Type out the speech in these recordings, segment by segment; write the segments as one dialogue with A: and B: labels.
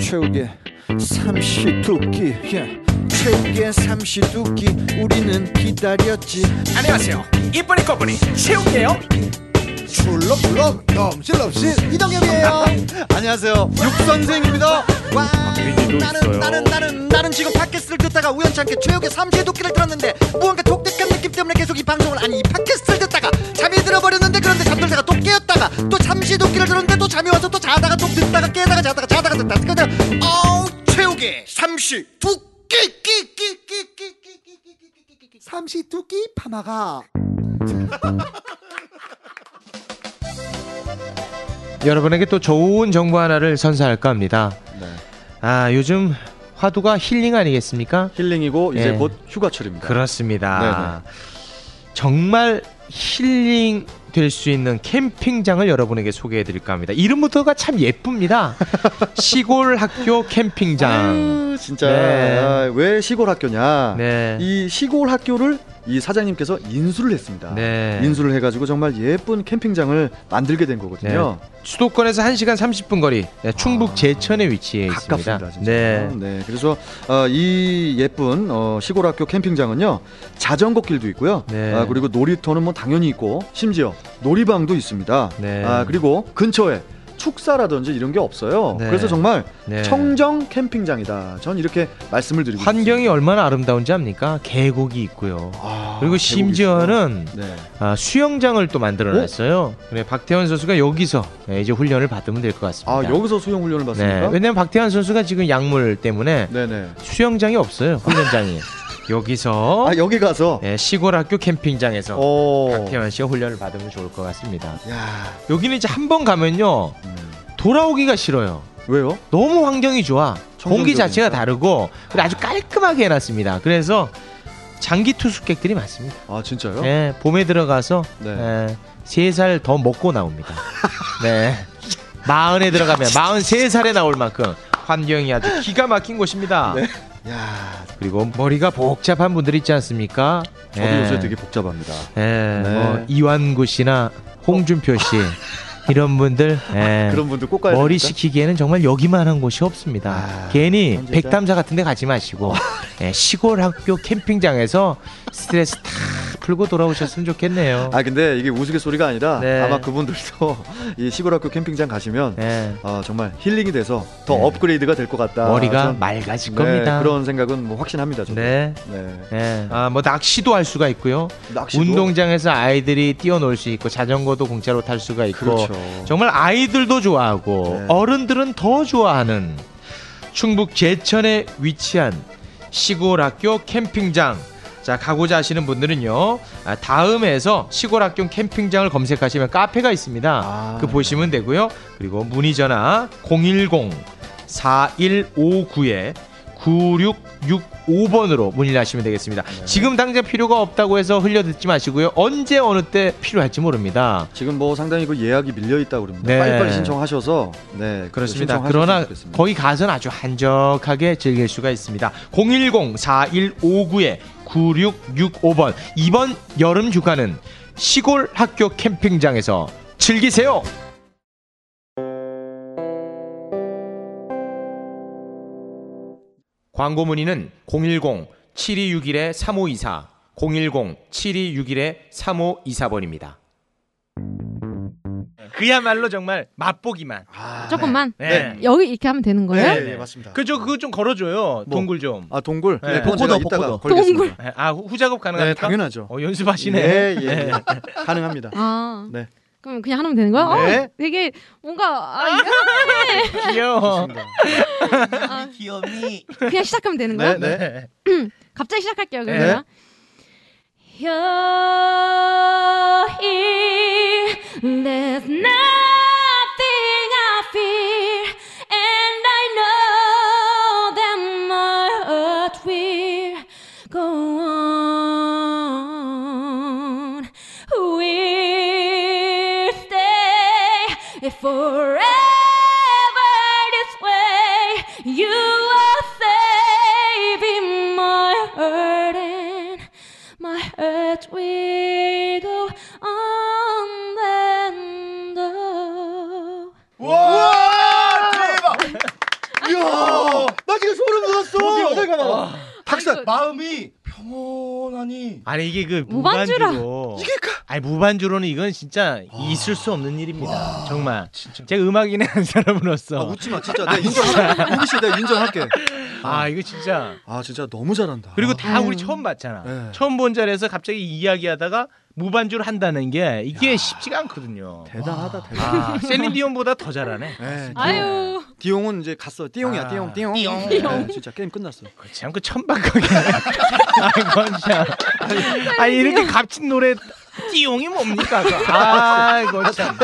A: 최후의 삼시두끼 예. 최후의 삼시두끼 우리는 기다렸지
B: 안녕하세요. 이쁜이 꺼분이 최욱이에요.
C: 출렁출렁 넘실넘실 이동엽이에요
A: 안녕하세요 육선생입니다
C: 와
D: 비니도 있어요.
C: 나는 나는 나는 나는 지금 팟캐스트를 듣다가 우연찮게 최욱의 삼시의 도끼를 들었는데 무언가 독특한 느낌 때문에 계속 이 방송을 아니 이 팟캐스트를 듣다가 잠이 들어버렸는데 그런데 잠들다가 또 깨었다가 또 잠시의 도끼를 들었는데 또 잠이 와서 또 자다가 또 듣다가 깨다가 자다가 자다가 듣다가 그냥 어우 최욱의 삼시 도끼 끼끼끼끼끼끼끼끼끼끼끼끼 삼시 도끼 파마가
E: 여러분에게 또 좋은 정보 하나를 선사할까 합니다.
D: 네.
E: 아 요즘 화두가 힐링 아니겠습니까?
D: 네. 힐링이고 이제
E: 예.
D: 곧 휴가철입니다.
E: 그렇습니다.
D: 네,
E: 정말 힐링 될 수 있는 캠핑장을 여러분에게 소개해 드릴까 합니다. 이름부터가 참 예쁩니다. 시골 학교 캠핑장.
D: 아유, 진짜
E: 네.
D: 아, 왜 시골 학교냐?
E: 네.
D: 이 시골 학교를 이 사장님께서 인수를 했습니다.
E: 네.
D: 인수를 해가지고 정말 예쁜 캠핑장을 만들게 된 거거든요.
E: 네. 수도권에서 1시간 30분 거리. 네, 충북 제천에 위치해 있습니다.
D: 아, 가깝습니다, 진짜.
E: 네.
D: 네, 그래서 어, 이 예쁜 어, 시골 학교 캠핑장은요 자전거 길도 있고요.
E: 네.
D: 아, 그리고 놀이터는 뭐 당연히 있고 심지어 놀이방도 있습니다.
E: 네.
D: 아, 그리고 근처에 축사라든지 이런 게 없어요.
E: 네.
D: 그래서 정말
E: 네.
D: 청정 캠핑장이다. 전 이렇게 말씀을 드리고
E: 환경이
D: 있습니다.
E: 얼마나 아름다운지 압니까? 계곡이 있고요.
D: 아,
E: 그리고
D: 계곡이
E: 심지어는
D: 있어요. 네.
E: 아, 수영장을 또 만들어놨어요. 그래 박태환 선수가 여기서 네, 이제 훈련을 받으면 될 것 같습니다.
D: 아 여기서 수영 훈련을
E: 네,
D: 받습니까?
E: 왜냐면 박태환 선수가 지금 약물 때문에
D: 네, 네.
E: 수영장이 없어요. 훈련장이 여기서
D: 아 여기 가서
E: 네, 시골 학교 캠핑장에서
D: 어.
E: 박태환 씨가 훈련을 받으면 좋을 것 같습니다.
D: 야.
E: 여기는 이제 한 번 가면요
D: 음.
E: 돌아오기가 싫어요.
D: 왜요?
E: 너무 환경이 좋아. 공기
D: 청정적이니까.
E: 자체가 다르고 그리고 아주 깔끔하게 해놨습니다. 그래서 장기 투숙객들이 많습니다.
D: 아 진짜요?
E: 예, 봄에 들어가서 예,
D: 네.
E: 세 살 더 먹고 나옵니다. 네. 마흔에 들어가면 마흔 세 살에 나올 만큼 환경이 아주 기가 막힌 곳입니다.
D: 네. 야,
E: 그리고 머리가 복잡한 분들 있지 않습니까?
D: 저도
E: 예.
D: 요새 되게 복잡합니다.
E: 예, 뭐
D: 네. 어.
E: 이완구 씨나 홍준표 씨 이런 분들 예.
D: 그런 분들 꼭 가야
E: 머리
D: 됩니까?
E: 식히기에는 정말 여기만 한 곳이 없습니다.
D: 아,
E: 괜히
D: 그럼 진짜-
E: 백담사 같은 데 가지 마시고 예, 시골 학교 캠핑장에서 스트레스 다 풀고 돌아오셨으면 좋겠네요.
D: 아 근데 이게 우스갯소리가 아니라
E: 네.
D: 아마 그분들도 이 시골 학교 캠핑장 가시면
E: 예,
D: 아, 정말 힐링이 돼서 더
E: 네.
D: 업그레이드가 될 것 같다.
E: 머리가
D: 전-
E: 맑아질
D: 아, 네,
E: 겁니다.
D: 그런 생각은 뭐 확신합니다. 저도.
E: 네.
D: 네.
E: 예. 아, 뭐 낚시도 할 수가 있고요.
D: 낚시도?
E: 운동장에서 아이들이 뛰어놀 수 있고 자전거도 공짜로 탈 수가 있고
D: 그렇죠.
E: 정말 아이들도 좋아하고
D: 네.
E: 어른들은 더 좋아하는 충북 제천에 위치한 시골 학교 캠핑장. 자, 가고자 하시는 분들은요. 아, 다음에서 시골 학교 캠핑장을 검색하시면 카페가 있습니다.
D: 아.
E: 그 보시면 되고요. 그리고 문의 전화 010 4159에 9665번으로 문의를 하시면 되겠습니다.
D: 네.
E: 지금 당장 필요가 없다고 해서 흘려듣지 마시고요. 언제 어느 때 필요할지 모릅니다.
D: 지금 뭐 상당히 그 예약이 밀려 있다고 그럽니다.
E: 네.
D: 빨리빨리 신청하셔서 네
E: 그렇습니다.
D: 신청하셨으면
E: 그러나
D: 좋겠습니다.
E: 거기 가서는 아주 한적하게 즐길 수가 있습니다. 010-4159-9665번. 이번 여름 휴가는 시골 학교 캠핑장에서 즐기세요! 광고 문의는 010-7261-3524, 010-7261-3524번입니다. 그야말로 정말 맛보기만.
D: 아,
F: 조금만
E: 네.
F: 여기 이렇게 하면 되는
D: 네.
F: 거예요?
D: 네, 네, 맞습니다.
E: 그저 그거 좀 걸어줘요.
D: 뭐?
E: 동굴 좀.
D: 아 동굴.
E: 네.
D: 그건 제가
C: 복고도,
D: 이따가
C: 복고도.
D: 걸겠습니다.
F: 동굴.
E: 아 후- 후작업 가능합니까?
D: 네, 당연하죠.
E: 어, 연습하시네.
D: 예, 예, 예. 가능합니다.
F: 아.
D: 네.
F: 그럼 그냥 하면 되는 거야?
D: 네.
F: 어, 되게 뭔가 아, 이거
E: 네, 귀여워.
D: 좋습니다.
C: 귀염이
F: 그냥 시작하면 되는 거야?
D: 네, 네.
F: 갑자기 시작할게요.
E: 네.
F: 그러면. Here, there's nothing I fear, and I know that my heart will go on. We'll stay forever this way. You are saving my heart and my heart will go on and on.
C: 와 대박 이야
G: 마음이
D: 네.
G: 평온하니
E: 아니 이게 그
F: 무반주라.
E: 무반주로
D: 그
E: 아니 무반주로는 이건 진짜 있을 수 없는 일입니다. 정말 제가 음악인의 한 사람으로서
D: 아, 웃지 마 진짜. 내가 인정할게. 우기 씨 내가 인정할게.
E: 아 이거 진짜
D: 아 진짜 너무 잘한다.
E: 그리고 다 우리 처음 봤잖아.
D: 네.
E: 처음 본 자리에서 갑자기 이야기하다가 무반주를 한다는 게 이게 쉽지가 않거든요.
D: 대단하다 대단.
E: 아, 셀린디온보다 더 잘하네.
D: 네,
F: 아유
D: 디용은 이제 갔어. 띠용이야,
E: 아.
D: 띠용, 띠용. 네, 진짜 게임 끝났어.
E: 참그 천박하게. 아이 건참. 아니 이렇게 값진 노래 띠용이 뭡니까? 그 아이 건참.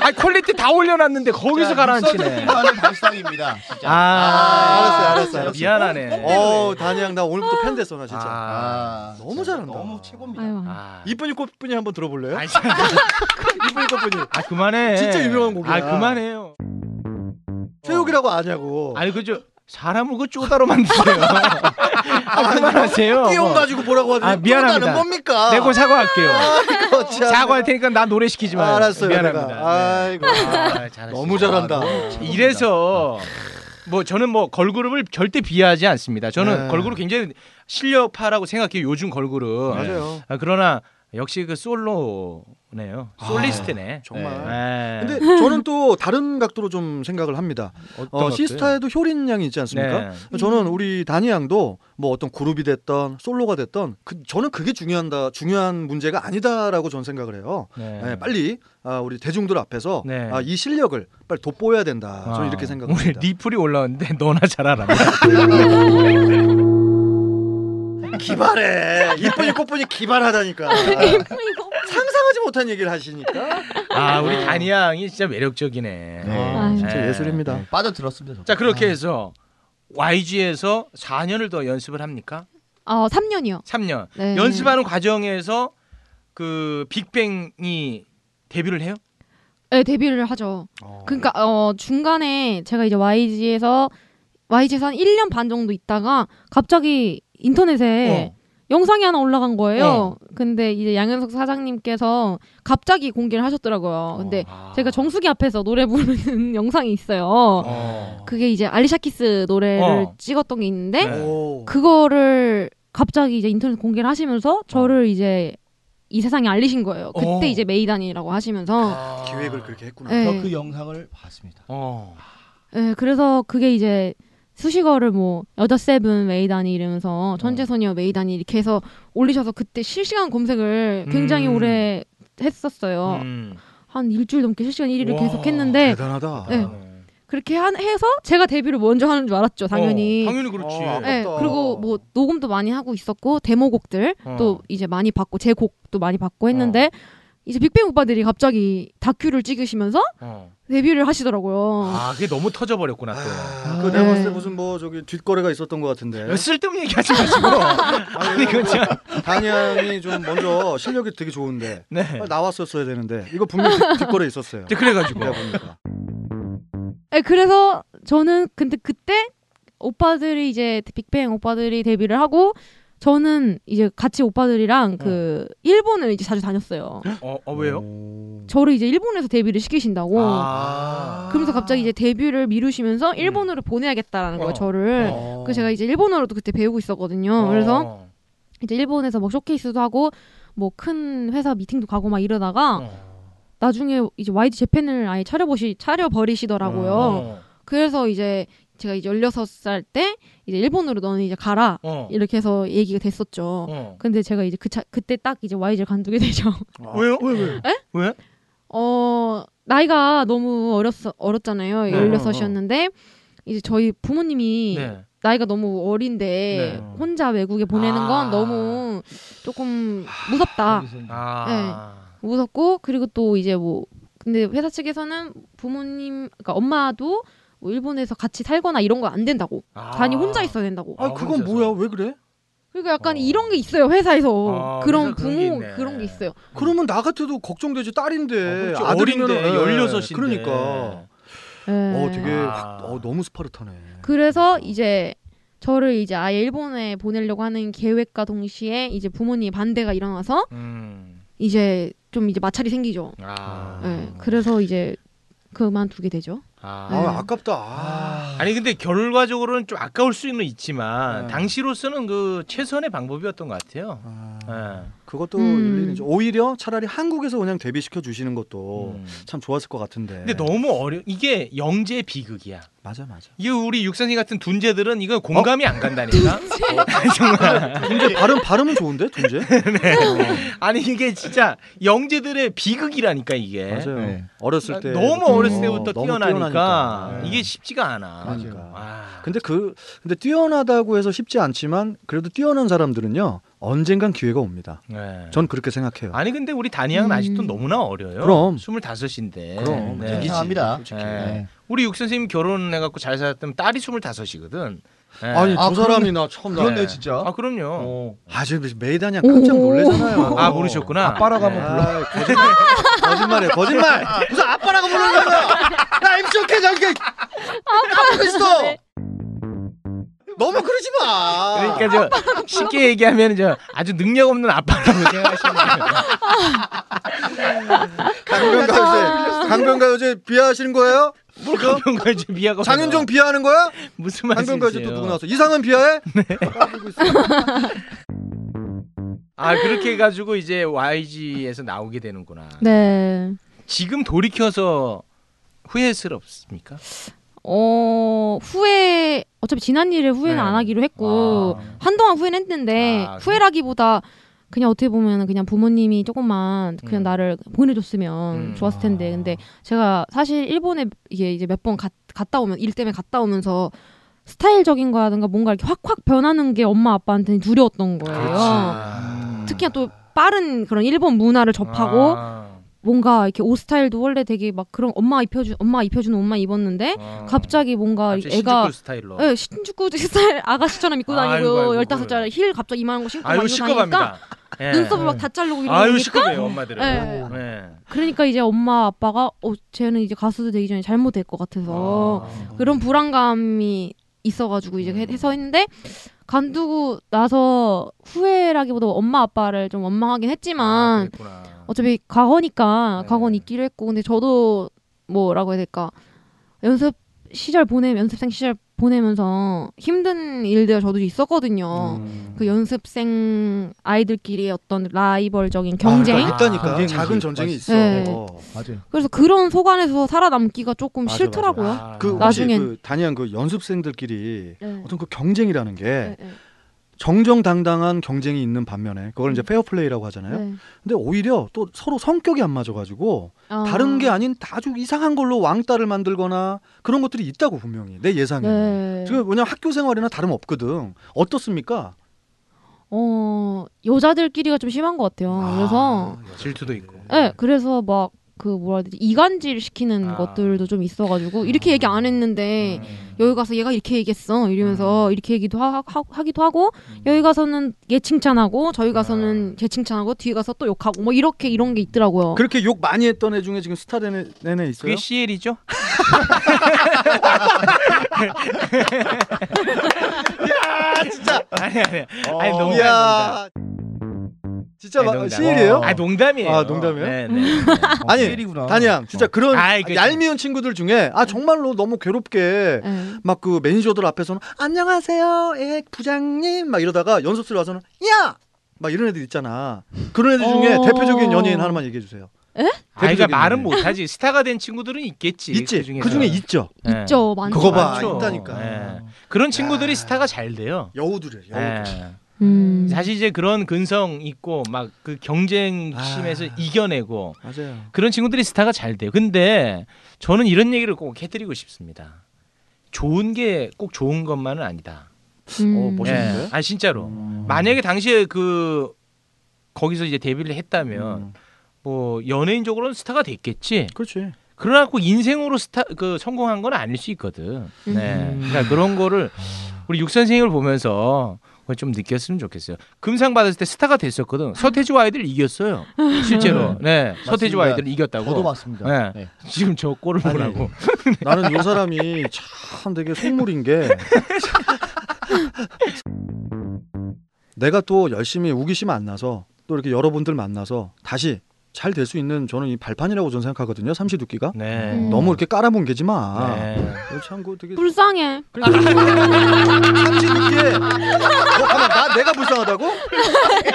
E: 아 퀄리티 다 올려놨는데 거기서 가라앉히네.
G: 하는 발상입니다. 진짜.
E: 아,
D: 알았어요, 알았어요, 알았어요.
E: 미안하네.
D: 어, 다니 양, 나 오늘부터 팬 됐어, 나 진짜.
E: 아,
G: 아,
D: 너무
G: 진짜
D: 잘한다.
G: 너무 최고입니다.
F: 아유
E: 아,
D: 이쁜이 꽃분이 한번 들어볼래요?
E: 아니,
D: 이쁜이 꽃분이.
E: 아 그만해.
D: 진짜 유명한 곡이야.
E: 아 그만해요.
D: 최욱이라고 아냐고.
E: 어. 아니 그저 사람을 그 쪼다로 만드세요. 아, 그만하세요.
D: 띠용 가지고 보라고 하더니
E: 아, 미안합니다.
D: 는 뭡니까?
E: 내고 사과할게요.
D: 아이고, 참.
E: 사과할 테니까 나 노래 시키지 마요.
D: 알았어요,
E: 미안합니다. 네.
D: 내가. 아이고.
E: 아, 잘하시네.
D: 너무 잘한다. 아,
E: 이래서 뭐 저는 뭐 걸그룹을 절대 비하하지 않습니다. 저는
D: 네.
E: 걸그룹 굉장히 실력파라고 생각해요. 요즘 걸그룹.
D: 맞아요.
E: 아, 그러나 역시 그 솔로네요. 솔리스트네.
D: 아, 정말.
E: 네.
D: 근데 저는 또 다른 각도로 좀 생각을 합니다.
E: 어떤
D: 어,
E: 것들? 네.
D: 시스타에도 효린 양이 있지 않습니까? 저는 우리 다니 양도 뭐 어떤 그룹이 됐던 솔로가 됐던 그, 저는 그게 중요한다 중요한 문제가 아니다라고 저는 생각을 해요.
E: 네.
D: 예, 빨리 아, 우리 대중들 앞에서
E: 네.
D: 아, 이 실력을 빨리 돋보여야 된다. 저는 이렇게
E: 아, 오늘
D: 생각합니다.
E: 리플이 올라왔는데 너나 잘 알아.
D: 기발해. 네. 이쁜이 꽃분이 기발하다니까.
F: 이거
D: 상상하지 못한 얘기를 하시니까.
E: 아
D: 네.
E: 우리 다니 양이 진짜 매력적이네.
G: 네.
D: 진짜
E: 네.
D: 예술입니다.
G: 빠져들었습니다. 저도.
E: 자 그렇게 해서 YG에서 4년을 더 연습을 합니까?
F: 어 3년이요
E: 3년.
F: 네.
E: 연습하는 과정에서 그 빅뱅이 데뷔를 해요?
F: 네 데뷔를 하죠 그러니까
E: 예.
F: 어 중간에 제가 이제 YG에서 YG에서 한 1년 반 정도 있다가 갑자기
E: 어.
F: 인터넷에 영상이 하나 올라간 거예요. 근데 이제 양현석 사장님께서 갑자기 공개를 하셨더라고요. 근데
E: 어.
F: 제가 정수기 앞에서 노래 부르는 영상이 있어요.
E: 어.
F: 그게 이제 알리샤키스 노래를
E: 어.
F: 찍었던 게 있는데
E: 네.
D: 오.
F: 그거를 갑자기 이제 인터넷 공개를 하시면서 저를 이제 이 세상에 알리신 거예요. 그때
E: 어.
F: 이제 메이단이라고 하시면서
E: 아.
D: 기획을 그렇게 했구나.
F: 네.
G: 저그 영상을 봤습니다.
E: 어.
F: 네, 그래서 그게 이제 수식어를 뭐 여자 세븐 메이다니 이러면서
E: 네.
F: 천재소녀 메이다니 이렇게 해서 올리셔서 그때 실시간 검색을 굉장히
E: 음.
F: 오래 했었어요.
E: 음.
F: 한 일주일 넘게 실시간 1위를
E: 와,
F: 계속 했는데
D: 대단하다.
F: 네. 그렇게 한, 해서 제가 데뷔를 먼저 하는 줄 알았죠, 당연히.
E: 어, 당연히 그렇지.
D: 어,
F: 네,
D: 맞다.
F: 그리고 뭐 녹음도 많이 하고 있었고 데모곡들
E: 어.
F: 또 이제 많이 받고 제 곡도 많이 받고 했는데 이제 빅뱅 오빠들이 갑자기 다큐를 찍으시면서
E: 어.
F: 데뷔를 하시더라고요.
E: 아, 그게 너무 터져 버렸구나 또.
D: 아, 그 내가 봤을 때
F: 네.
D: 무슨 뭐 저기 뒷거래가 있었던 것 같은데.
E: 쓸데없는 얘기 하지 마시고. 아니, 그건 참.
D: 단양이 좀 먼저 실력이 되게 좋은데
E: 네.
D: 빨리 나왔었어야 되는데 이거 분명 히 뒷거래 있었어요.
E: 이제 그래가지고.
D: 내가 보니까.
F: 네, 그래서 저는 근데 그때 오빠들이 이제 빅뱅 오빠들이 데뷔를 하고 저는 이제 같이 오빠들이랑 그
E: 네.
F: 일본을 이제 자주 다녔어요.
E: 어, 어, 왜요?
F: 저를 이제 일본에서 데뷔를 시키신다고.
E: 아.
F: 그러면서 갑자기 이제 데뷔를 미루시면서 일본으로 보내야겠다라는
E: 어.
F: 거예요, 저를. 그 제가 이제 일본어로도 그때 배우고 있었거든요. 그래서
E: 어.
F: 이제 일본에서 뭐 쇼케이스도 하고 뭐 큰 회사 미팅도 가고 막
E: 어.
F: 이러다가 나중에 이제 YG 재팬을 아예 차려보시 차려 버리시더라고요.
E: 어.
F: 그래서 이제 제가 이제 16살 때 이제 일본으로 너는 이제 가라
E: 어.
F: 이렇게 해서 얘기가 됐었죠.
E: 어.
F: 근데 제가 이제 그 차, 그때 딱 이제 YG를 간두게 되죠.
E: 왜요? 네? 왜 왜? 왜?
F: 어 나이가 너무 어렸어 어렸잖아요.
E: 네.
F: 16이었는데 이제 저희 부모님이
E: 네.
F: 나이가 너무 어린데
E: 네.
F: 혼자 외국에 보내는
E: 아.
F: 건 너무 조금 무섭다.
G: 거기서 이제
F: 네.
E: 아.
F: 무섭고 그리고 또 이제 뭐 근데 회사 측에서는 부모님 그러니까 엄마도 뭐 일본에서 같이 살거나 이런 거 안 된다고.
E: 아.
F: 단이 혼자 있어야 된다고.
D: 아, 그건 뭐야? 왜 그래?
F: 그러니까 약간
E: 어.
F: 이런 게 있어요 회사에서
E: 아,
F: 그런
E: 회사 그런 게
F: 부모
E: 있네.
F: 그런 게 있어요.
D: 그러면 나 같아도 걱정되지 딸인데
E: 아,
D: 아, 들이면
E: 어린데 16인데.
D: 그러니까
F: 예.
D: 어 되게
E: 아.
D: 확, 어, 너무 스파르타네.
F: 그래서 이제 저를 이제 아예 일본에 보내려고 하는 계획과 동시에 이제 부모님 반대가 일어나서
E: 음.
F: 이제 좀 이제 마찰이 생기죠.
E: 아.
F: 예. 그래서 이제 그만두게 되죠.
E: 아.
F: 네.
D: 아, 아깝다. 아.
E: 아니 근데 결과적으로는 좀 아까울 수는 있지만
D: 네.
E: 당시로서는 그 최선의 방법이었던 것 같아요. 예.
D: 그것도
F: 음.
D: 일리는 있죠. 오히려 차라리 한국에서 그냥 데뷔시켜 주시는 것도
E: 음.
D: 참 좋았을 것 같은데.
E: 근데 너무 어려. 이게 영재 비극이야.
D: 맞아 맞아.
E: 이게 우리 육선생 같은 둔재들은 이거 공감이
D: 어?
E: 안 간다니까. 정말.
D: 근데 예, 발음 발음은 좋은데 존재?
E: 아니 이게 진짜 영재들의 비극이라니까 이게.
D: 맞아요.
G: 네.
D: 어렸을 때
E: 너무
D: 음,
E: 어렸을 때부터
D: 너무
E: 뛰어나니까
D: 뛰어나니까.
E: 이게 쉽지가 않아.
D: 그러니까.
E: 아.
D: 근데 그 근데 뛰어나다고 해서 쉽지 않지만 그래도 뛰어난 사람들은요 언젠간 기회가 옵니다.
E: 네.
D: 전 그렇게 생각해요.
E: 아니 근데 우리 다니양은
F: 음.
E: 아직도 너무나 어려요.
D: 그럼.
E: 25인데.
D: 그럼.
E: 네.
H: 아,
D: 이기지.
G: 이상합니다.
E: 네. 우리 육 선생님 결혼해갖고 잘 살았다면 딸이 25이거든. 네.
D: 아니
G: 아,
D: 두 사람이나 처음 나.
G: 그렇네 진짜.
E: 아 그럼요.
G: 어.
D: 아 지금 메이다냥 깜짝
C: 어.
D: 놀래잖아요.
E: 아 모르셨구나. 예.
G: 아빠라고 한번 불러.
D: 아, 거짓말. 거짓말이에요. 거짓말. 무슨 아빠라고 부르는 거야? 야 임시옥해 저렇게 아빠 있어. 너무 그러지 마.
E: 그러니까 저 쉽게 얘기하면 저 아주 능력 없는 아빠라고 생각하시는 거예요. 아,
F: 아.
D: 강변가요제 강변가요제 비하하시는 거예요?
E: 뭘까? 그런 걸 이제 미하고
D: 장윤정 비하하는 거야?
E: 무슨
D: 강변가요제
E: 말씀이세요?
D: 또 누구 나왔어? 이상은 비하해?
E: 아 그렇게 해가지고 이제 YG에서 나오게 되는구나.
F: 네.
E: 지금 돌이켜서 후회스럽습니까?
F: 어 후회 어차피 지난 일을 후회는
E: 네.
F: 안 하기로 했고
E: 아.
F: 한동안 후회는 했는데
E: 아,
F: 후회라기보다 그냥 어떻게 보면 그냥 부모님이 조금만
E: 음.
F: 그냥 나를 보내줬으면
E: 음. 아.
F: 좋았을 텐데 근데 제가 사실 일본에 이게 이제 몇 번 갔다 오면 일 때문에 갔다 오면서 스타일적인 거라든가 뭔가 이렇게 확확 변하는 게 엄마 아빠한테는 두려웠던 거예요. 아. 특히나 또 빠른 그런 일본 문화를 접하고
E: 음. 아.
F: 뭔가 이렇게 옷 스타일도 원래 되게 막 그런 엄마 입혀준 엄마 입혀준 옷만 입었는데
E: 아.
F: 갑자기 뭔가
E: 갑자기
F: 애가
E: 신주쿠 스타일로.
F: 예, 신축구 스타일 아가씨처럼 입고
E: 어. 아이고, 아이고,
F: 다니고 열다섯짜리 힐 갑자기 이만한 거 신고 막
E: 아유
F: 이러고 다니니까
E: 시끄럽니다. 예.
F: 눈썹을 막 다 자르고
E: 아유
F: 이러니까
E: 시끄러요 엄마들은.
F: 예.
E: 예.
F: 그러니까 이제 엄마 아빠가 어 쟤는 이제 가수도 되기 전에 잘못될 것
E: 아.
F: 같아서
E: 음.
F: 그런 불안감이 있어가지고 이제 해- 해서 했는데 간두고 나서 후회라기보다 엄마 아빠를 좀 원망하긴
E: 아,
F: 했지만
E: 그랬구나.
F: 어차피 과거니까
E: 네.
F: 과거는 있기로 했고 근데 저도 뭐라고 해야 될까 연습 시절 보내 연습생 시절 보내면서 힘든 일들 저도 있었거든요.
D: 음.
F: 그 연습생 아이들끼리 어떤 라이벌적인 경쟁
D: 아, 있다니까.
G: 경쟁이
D: 작은 전쟁이
G: 있-
D: 있어.
F: 네.
G: 맞아요.
F: 그래서 그런 속안에서 살아남기가 조금
D: 맞아,
F: 싫더라고요.
E: 아.
D: 그
F: 나중엔-
D: 혹시 그 단연 그 연습생들끼리
F: 네.
D: 어떤 그 경쟁이라는 게
F: 네, 네,
D: 정정당당한 경쟁이 있는 반면에 그걸 이제 페어플레이라고 하잖아요.
F: 네.
D: 근데 오히려 또 서로 성격이 안 맞아가지고
F: 아.
D: 다른 게 아닌 아주 이상한 걸로 왕따를 만들거나 그런 것들이 있다고 분명히 내 예상에는.
F: 네.
D: 지금 뭐냐 학교 생활이나 다름 없거든. 어떻습니까?
F: 어 여자들끼리가 좀 심한 것 같아요. 그래서
E: 질투도 있고.
F: 네, 그래서 막 그 뭐라 해야 되지 이간질 시키는
E: 아. 음.
F: 것들도 좀 있어가지고 이렇게 얘기 안 했는데
D: 어.
F: 여기 가서 얘가 이렇게 얘기했어 이러면서 이렇게 얘기도 하, 기도 하고
E: 음.
F: 여기 가서는 얘 칭찬하고
E: 아.
F: 저기 가서는 걔 칭찬하고 뒤에 가서 또 욕하고 뭐 이렇게 이런 게 있더라고요.
D: 그렇게 욕 많이 했던 애 중에 지금 스타 된 애- 된 애네 있어요?
E: 그게 CL이죠? 야 진짜 아니 아니 아니
G: 어.
E: 농담 농담.
D: 이야. 진짜
E: 아니,
D: 막
E: 농담.
D: 시일이에요?
G: 어.
E: 아 농담이에요.
D: 아, 농담이에요?
E: 네네. 그러니까
D: 아니,
G: 셀이구나.
D: 단양 진짜
G: 어.
D: 그런
E: 아이, 그치.
D: 얄미운 친구들 중에 아 정말로 너무 괴롭게
F: 네.
D: 막 그 매니저들 앞에서는 안녕하세요, 예 부장님 막 이러다가 연습실 와서는 야. 막 이런 애들 있잖아. 그런 애들 중에
F: 어.
D: 대표적인 연예인 하나만 얘기해 주세요.
E: 아 그러니까
D: 대표적인
E: 말은
D: 연예인.
E: 못하지. 스타가 된 친구들은 있겠지.
D: 있지.
E: 그중에 어.
D: 그 중에 있죠.
E: 네.
F: 있죠, 많죠.
D: 그거 봐.
E: 많죠.
D: 있다니까.
E: 예. 그런 친구들이 스타가 잘 돼요.
D: 여우들이에요. 여우들.
E: 예.
F: 음.
E: 사실 이제 그런 근성 있고 막 그 경쟁심에서
D: 아.
E: 이겨내고
D: 맞아요.
E: 그런 친구들이 스타가 잘 돼요. 근데 저는 이런 얘기를 꼭 해드리고 싶습니다. 좋은 게 꼭 좋은 것만은 아니다.
F: 음.
D: 어, 멋있- 멋있는데?
E: 아 진짜로.
D: 음.
E: 만약에 당시에 그 거기서 이제 데뷔를 했다면
D: 음.
E: 뭐 연예인적으로는 스타가 됐겠지.
D: 그렇지.
E: 그러나 꼭 인생으로 스타 그 성공한 건 아닐 수 있거든. 네. 그러니까 그런 거를 우리 육 선생님을 보면서 그걸 좀 느꼈으면 좋겠어요. 금상 받았을 때 스타가 됐었거든. 서태지 아이들 이겼어요. 실제로. 네. 서태지
G: 맞습니다.
E: 아이들 이겼다고.
G: 저도
E: 네.
G: 봤습니다. 네.
E: 지금 저 꼴을
D: 아니,
E: 보라고.
D: 나는 요 사람이 참 되게 속물인 게 내가 또 열심히 우기심 안 나서 또 이렇게 여러분들 만나서 다시 잘 될 수 있는 저는 이 발판이라고 저는 생각하거든요. 삼시두끼가
E: 네.
F: 음.
D: 너무 이렇게 깔아본 게지 마.
E: 네.
D: 참고 되게
F: 불쌍해.
E: 그
D: 삼시두끼에 너 가만 뭐, 나 내가 불쌍하다고?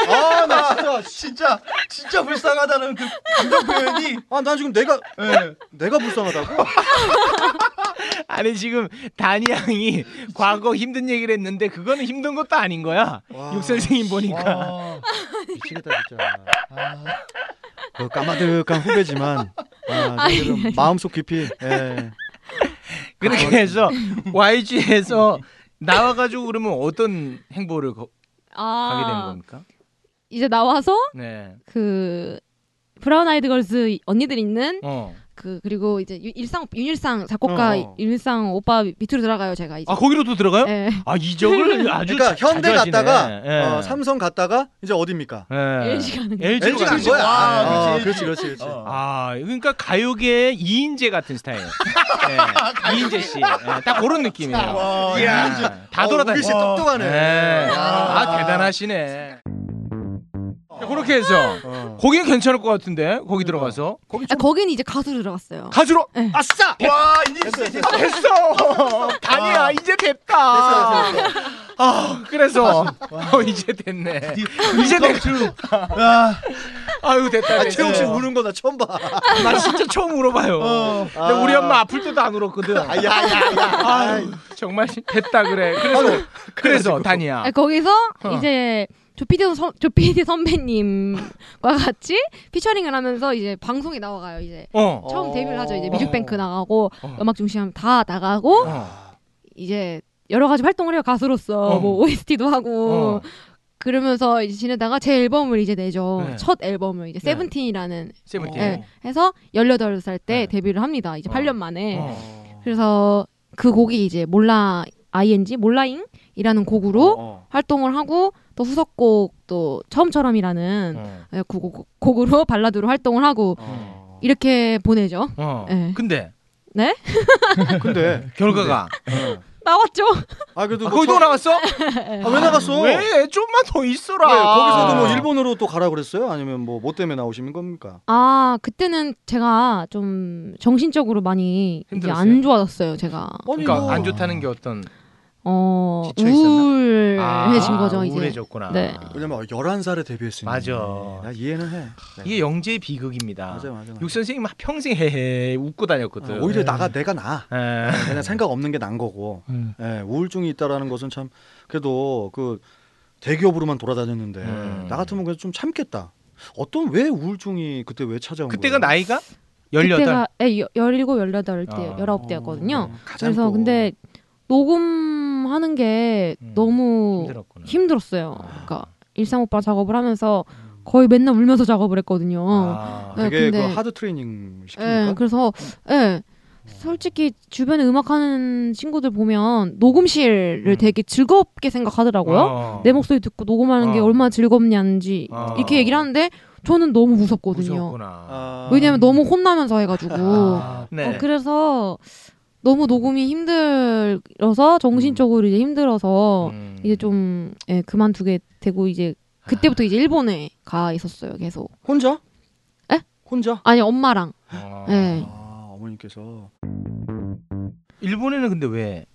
G: 아, 나 진짜, 진짜, 진짜 불쌍하다는 그 감정 표현이.
D: 아 난 지금 내가
G: 예.
D: 내가 불쌍하다고?
E: 아니 지금 다니 양이 과거 힘든 얘기를 했는데 그거는 힘든 것도 아닌 거야. 육 선생님 보니까.
G: 와,
D: 미치겠다 진짜.
G: 아,
D: 그 까마득한 후배지만 아, 저들은 마음속 깊이 예.
E: 그렇게 해서 YG에서 나와가지고 그러면 어떤 행보를 거- 가게 되는
F: 아
E: 겁니까?
F: 이제 나와서
E: 네.
F: 그 브라운 아이드 걸스 언니들 있는
E: 어.
F: 그 그리고 이제 유- 일상 윤일상 작곡가
D: 어.
F: 윤일상 오빠 밑으로 들어가요 제가 이제.
E: 아 거기로 또 들어가요?
F: 예.
E: 아 이적을 아주
D: 그러니까
E: 자-
D: 현대
E: 자주 하시네.
D: 갔다가
E: 예.
D: 어, 삼성 갔다가 이제 어딥니까?
E: 예.
F: LG 가는 거.
E: LG 로
D: LG 간
E: 가는
D: 거야.
G: 와,
D: 아,
G: 그렇지,
D: 그렇지 그렇지 그렇지.
G: 어.
E: 아, 그러니까 가요계의 이인재 같은 스타일. 네. 이인재 씨. 네, 딱 그런 느낌이에요.
G: 와,
E: 야, 어, 다
D: 우리
E: 돌아다니시.
D: 씨 똑똑하네.
E: 네.
G: 야.
E: 아, 대단하시네. 그렇게 해서 그러니까. 거기는 괜찮을 것 같은데 거기 들어가서
F: 아, 거긴 이제 가수로 들어갔어요.
E: 가수로
A: 아싸!
G: 와, 이제 진짜.
E: 됐어.
D: 아,
E: 다니야 이제 됐다. 아 그래서 어, 이제 됐네. 이제 됐죠.
G: 아,
E: 아유 됐다.
D: 아,
E: 됐어.
D: 최욱 씨 우는 거 나 처음 봐.
E: 나 진짜 처음 울어봐요. 근데 우리 엄마 아플 때도 안 울었거든. 아유, 정말 됐다 그래.
D: 아, 네.
E: 그래서 그래서 다니야.
F: 아, 거기서
E: 어.
F: 이제 조피디 선 조피디 선배님과 같이 피처링을 하면서 이제 방송에 나와가요 이제
D: 뭐
E: 어.
F: 처음 데뷔를 하죠 이제
E: 어.
F: 뮤직뱅크 나가고
E: 어.
F: 음악 중심 다 나가고
E: 어.
F: 이제 여러 가지 활동을 해요 가수로서
E: 어.
F: 뭐 OST도 하고
E: 어.
F: 그러면서 이제 지내다가 제 앨범을 이제 내죠
E: 네.
F: 첫 앨범을 이제
E: 네.
F: 세븐틴이라는
E: 세븐틴.
F: 예, 해서 18살 때
E: 네.
F: 데뷔를 합니다 이제
E: 어.
F: 8년 만에
E: 어.
F: 그래서 그 곡이 이제 몰라 ing 몰라잉이라는
E: 어.
F: 곡으로
D: 어.
F: 활동을 하고 또 후속곡 또 처음처럼이라는
E: 어.
F: 예, 그 곡, 곡으로 발라드로 활동을 하고
E: 어.
F: 이렇게 보내죠.
E: 어.
F: 예.
E: 근데
D: 근데
E: 결과가
F: 나왔죠.
D: 아 그래도
E: 아,
D: 뭐
E: 거기 또
D: 처-
E: 나갔어?
D: 아, 왜 나갔어? 왜?
E: 왜 좀만 더 있어라.
D: 거기서도 뭐 일본으로 또 가라 그랬어요? 아니면 뭐 뭐 때문에 나오시는 겁니까?
F: 아 그때는 제가 좀 정신적으로 많이 이제
E: 힘들었어요?
F: 안 좋아졌어요. 제가
E: 그러니까
D: 뭐-
E: 안 좋다는 게 어떤
F: 어
D: 지쳐
E: 아,
F: 네. 우울해진 거죠 이제.
E: 우울해졌구나.
F: 네.
D: 왜냐면 11살에 데뷔했으니까.
E: 맞아.
D: 나 이해는 해. 네.
E: 이게 영재의 비극입니다.
D: 맞아 맞아. 맞아.
E: 육 선생님 평생 헤헤 웃고 다녔거든.
D: 아, 오히려 나가 내가 나.
E: 네. 예.
D: 그냥 생각 없는 게 난 거고.
E: 음.
D: 예, 우울증이 있다라는 것은 참 그래도 그 대기업으로만 돌아다녔는데
E: 음.
D: 나 같으면 그래도 좀 참겠다. 어떤 왜 우울증이 그때 왜 찾아온
E: 그때가
D: 거예요?
E: 나이가 18.
F: 그때가 예, 여- 17, 18 때,
E: 아.
F: 19대였거든요.
D: 가장
F: 그래서
D: 또-
F: 근데 녹음하는 게
E: 음,
F: 너무
E: 힘들었구나. 아.
F: 힘들었어요. 그러니까 일상 오빠 작업을 하면서 거의 맨날 울면서 작업을 했거든요.
E: 음. 아.
F: 네,
D: 되게
F: 근데-
D: 그 하드 트레이닝 시키니까
F: 예, 그래서
E: 어.
F: 예. 솔직히 주변에 음악하는 친구들 보면 녹음실을
E: 음.
F: 되게 즐겁게 생각하더라고요.
E: 어.
F: 내 목소리 듣고 녹음하는 게
E: 어.
F: 얼마나 즐겁냐는지
E: 어.
F: 이렇게 얘기를 하는데 저는 너무 무섭거든요.
E: 무섭구나.
D: 아,
F: 왜냐면 너무 혼나면서 해가지고
E: 아, 네.
F: 어, 그래서 너무 녹음이 힘들어서 정신적으로 이제 힘들어서
E: 음.
F: 이제 좀 예, 그만두게 되고 이제 그때부터 이제 일본에 가 있었어요 계속
D: 혼자?
F: 에?
D: 혼자?
F: 아니 엄마랑
E: 어.
F: 예.
D: 아, 어머님께서
E: 일본에는 근데 왜?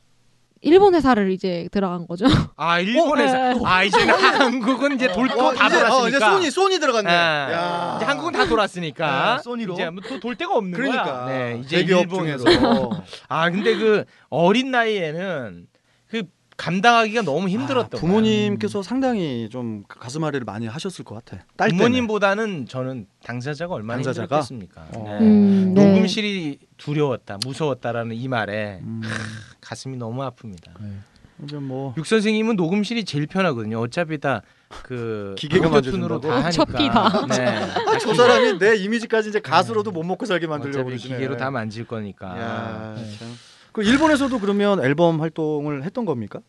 F: 일본 회사를 이제 들어간 거죠
E: 아
F: 어,
E: 일본에서
F: 예.
E: 아 이제 한국은 이제 돌고 다
D: 이제,
E: 돌았으니까
D: 어, 이제 소니 소니 들어갔네.
E: 예.
D: 야. 아,
E: 이제 한국은 다 돌았으니까
G: 네, 소니로.
E: 이제 뭐돌 데가 없는
D: 그러니까
E: 거야. 네, 이제
D: 대기업
E: 일본에서.
D: 중에서
E: 아 근데 그 어린 나이에는 그 감당하기가 너무 힘들었던 거야.
D: 아, 부모님께서 상당히 좀그 가슴 아리를 많이 하셨을 것 같아. 딸 때문에.
E: 부모님보다는 저는 당사자가 얼마나
D: 당사자가?
E: 힘들었겠습니까.
D: 어.
E: 네.
F: 음, 네.
E: 녹음실이 두려웠다, 무서웠다라는 이 말에
D: 음,
E: 가슴이 너무 아픕니다.
D: 이제 뭐
E: 육 선생님은 녹음실이 제일 편하거든요. 어차피 다 그
D: 기계가
E: 로토튠으로
D: 만져준다고?
E: 다 하니까.
F: 어차피 다.
E: 네.
D: 아, 저 사람이 내 이미지까지 이제 가수로도 못 먹고 살게 만들려고
E: 어차피
D: 그러시네.
E: 네. 기계로 다 만질 거니까.
D: 야, 참. 그 일본에서도 그러면 앨범 활동을 했던 겁니까?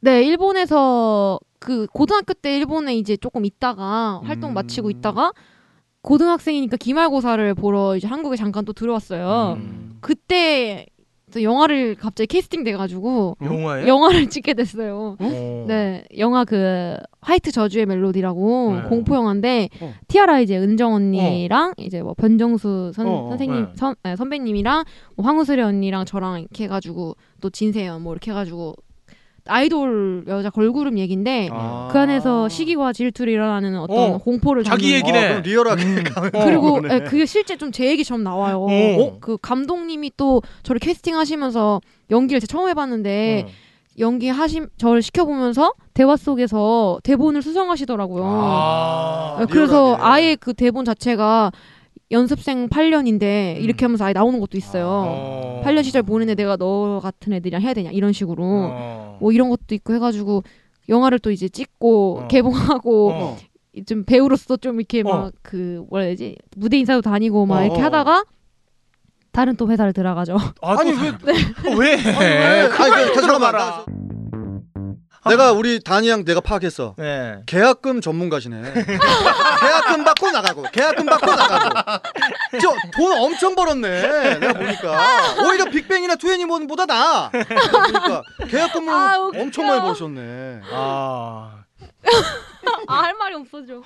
F: 네 일본에서 그 고등학교 때 일본에 이제 조금 있다가 활동
D: 음.
F: 마치고 있다가 어. 고등학생이니까 기말고사를 보러 이제 한국에 잠깐 또 들어왔어요
E: 음.
F: 그때 또 영화를 갑자기 캐스팅 돼가지고
E: 영화에?
F: 영화를 찍게 됐어요.
E: 어.
F: 네, 영화 그 화이트 저주의 멜로디라고
E: 네.
F: 공포 영화인데
E: 어.
F: 티아라 이제 은정 언니랑 이제 뭐 변정수 선,
D: 어, 어,
F: 선생님
E: 네.
F: 선, 아니, 선배님이랑 뭐 황우슬이 언니랑 저랑 이렇게 해가지고 또 진세연 뭐 이렇게 해가지고 아이돌 여자 걸그룹 얘긴데
E: 네.
D: 아.
F: 그 안에서 시기와 질투를 일어나는 어떤
E: 어,
F: 공포를
E: 자기
F: 담는
E: 얘기네. 음.
D: 아, 그럼 리얼하게 어, 네.
F: 그리고 예, 그게 실제 좀 제 얘기처럼 나와요.
E: 어.
F: 어? 그 감독님이 또 저를 캐스팅하시면서 연기를 제가 처음
E: 어.
F: 해봤는데 연기 하심 저를 시켜보면서 대화 속에서 대본을 수정하시더라고요.
E: 아.
F: 예, 그래서 아예 그 대본 자체가 연습생 8년인데
E: 음.
F: 이렇게 하면서 아예 나오는 것도 있어요.
E: 어.
F: 8년 시절 보는데 내가 너 같은 애들이랑 해야 되냐 이런 식으로
E: 어.
F: 뭐 이런 것도 있고 해가지고 영화를 또 이제 찍고
E: 어.
F: 개봉하고
E: 어.
F: 이좀 배우로서 좀 이렇게
E: 어.
F: 막 그 뭐라 해야 되지 무대 인사도 다니고 막
E: 어,
F: 이렇게
E: 어.
F: 하다가 다른 또 회사를 들어가죠.
E: 아, 니 왜? 어, 왜?
D: 아니, 그, 잠깐만.
E: 들어봐라.
D: 나- 내가 우리 단이양 내가 파악했어.
E: 네.
D: 계약금 전문가시네. 계약금 받고 나가고, 계약금 받고 나가고. 저 돈 엄청 벌었네. 내가 보니까 오히려 빅뱅이나 투애니몬보다 나. 그러니까 계약금을
F: 아, 웃겨.
D: 엄청 많이 벌으셨네.
E: 아.
F: 아 할 말이 없어져.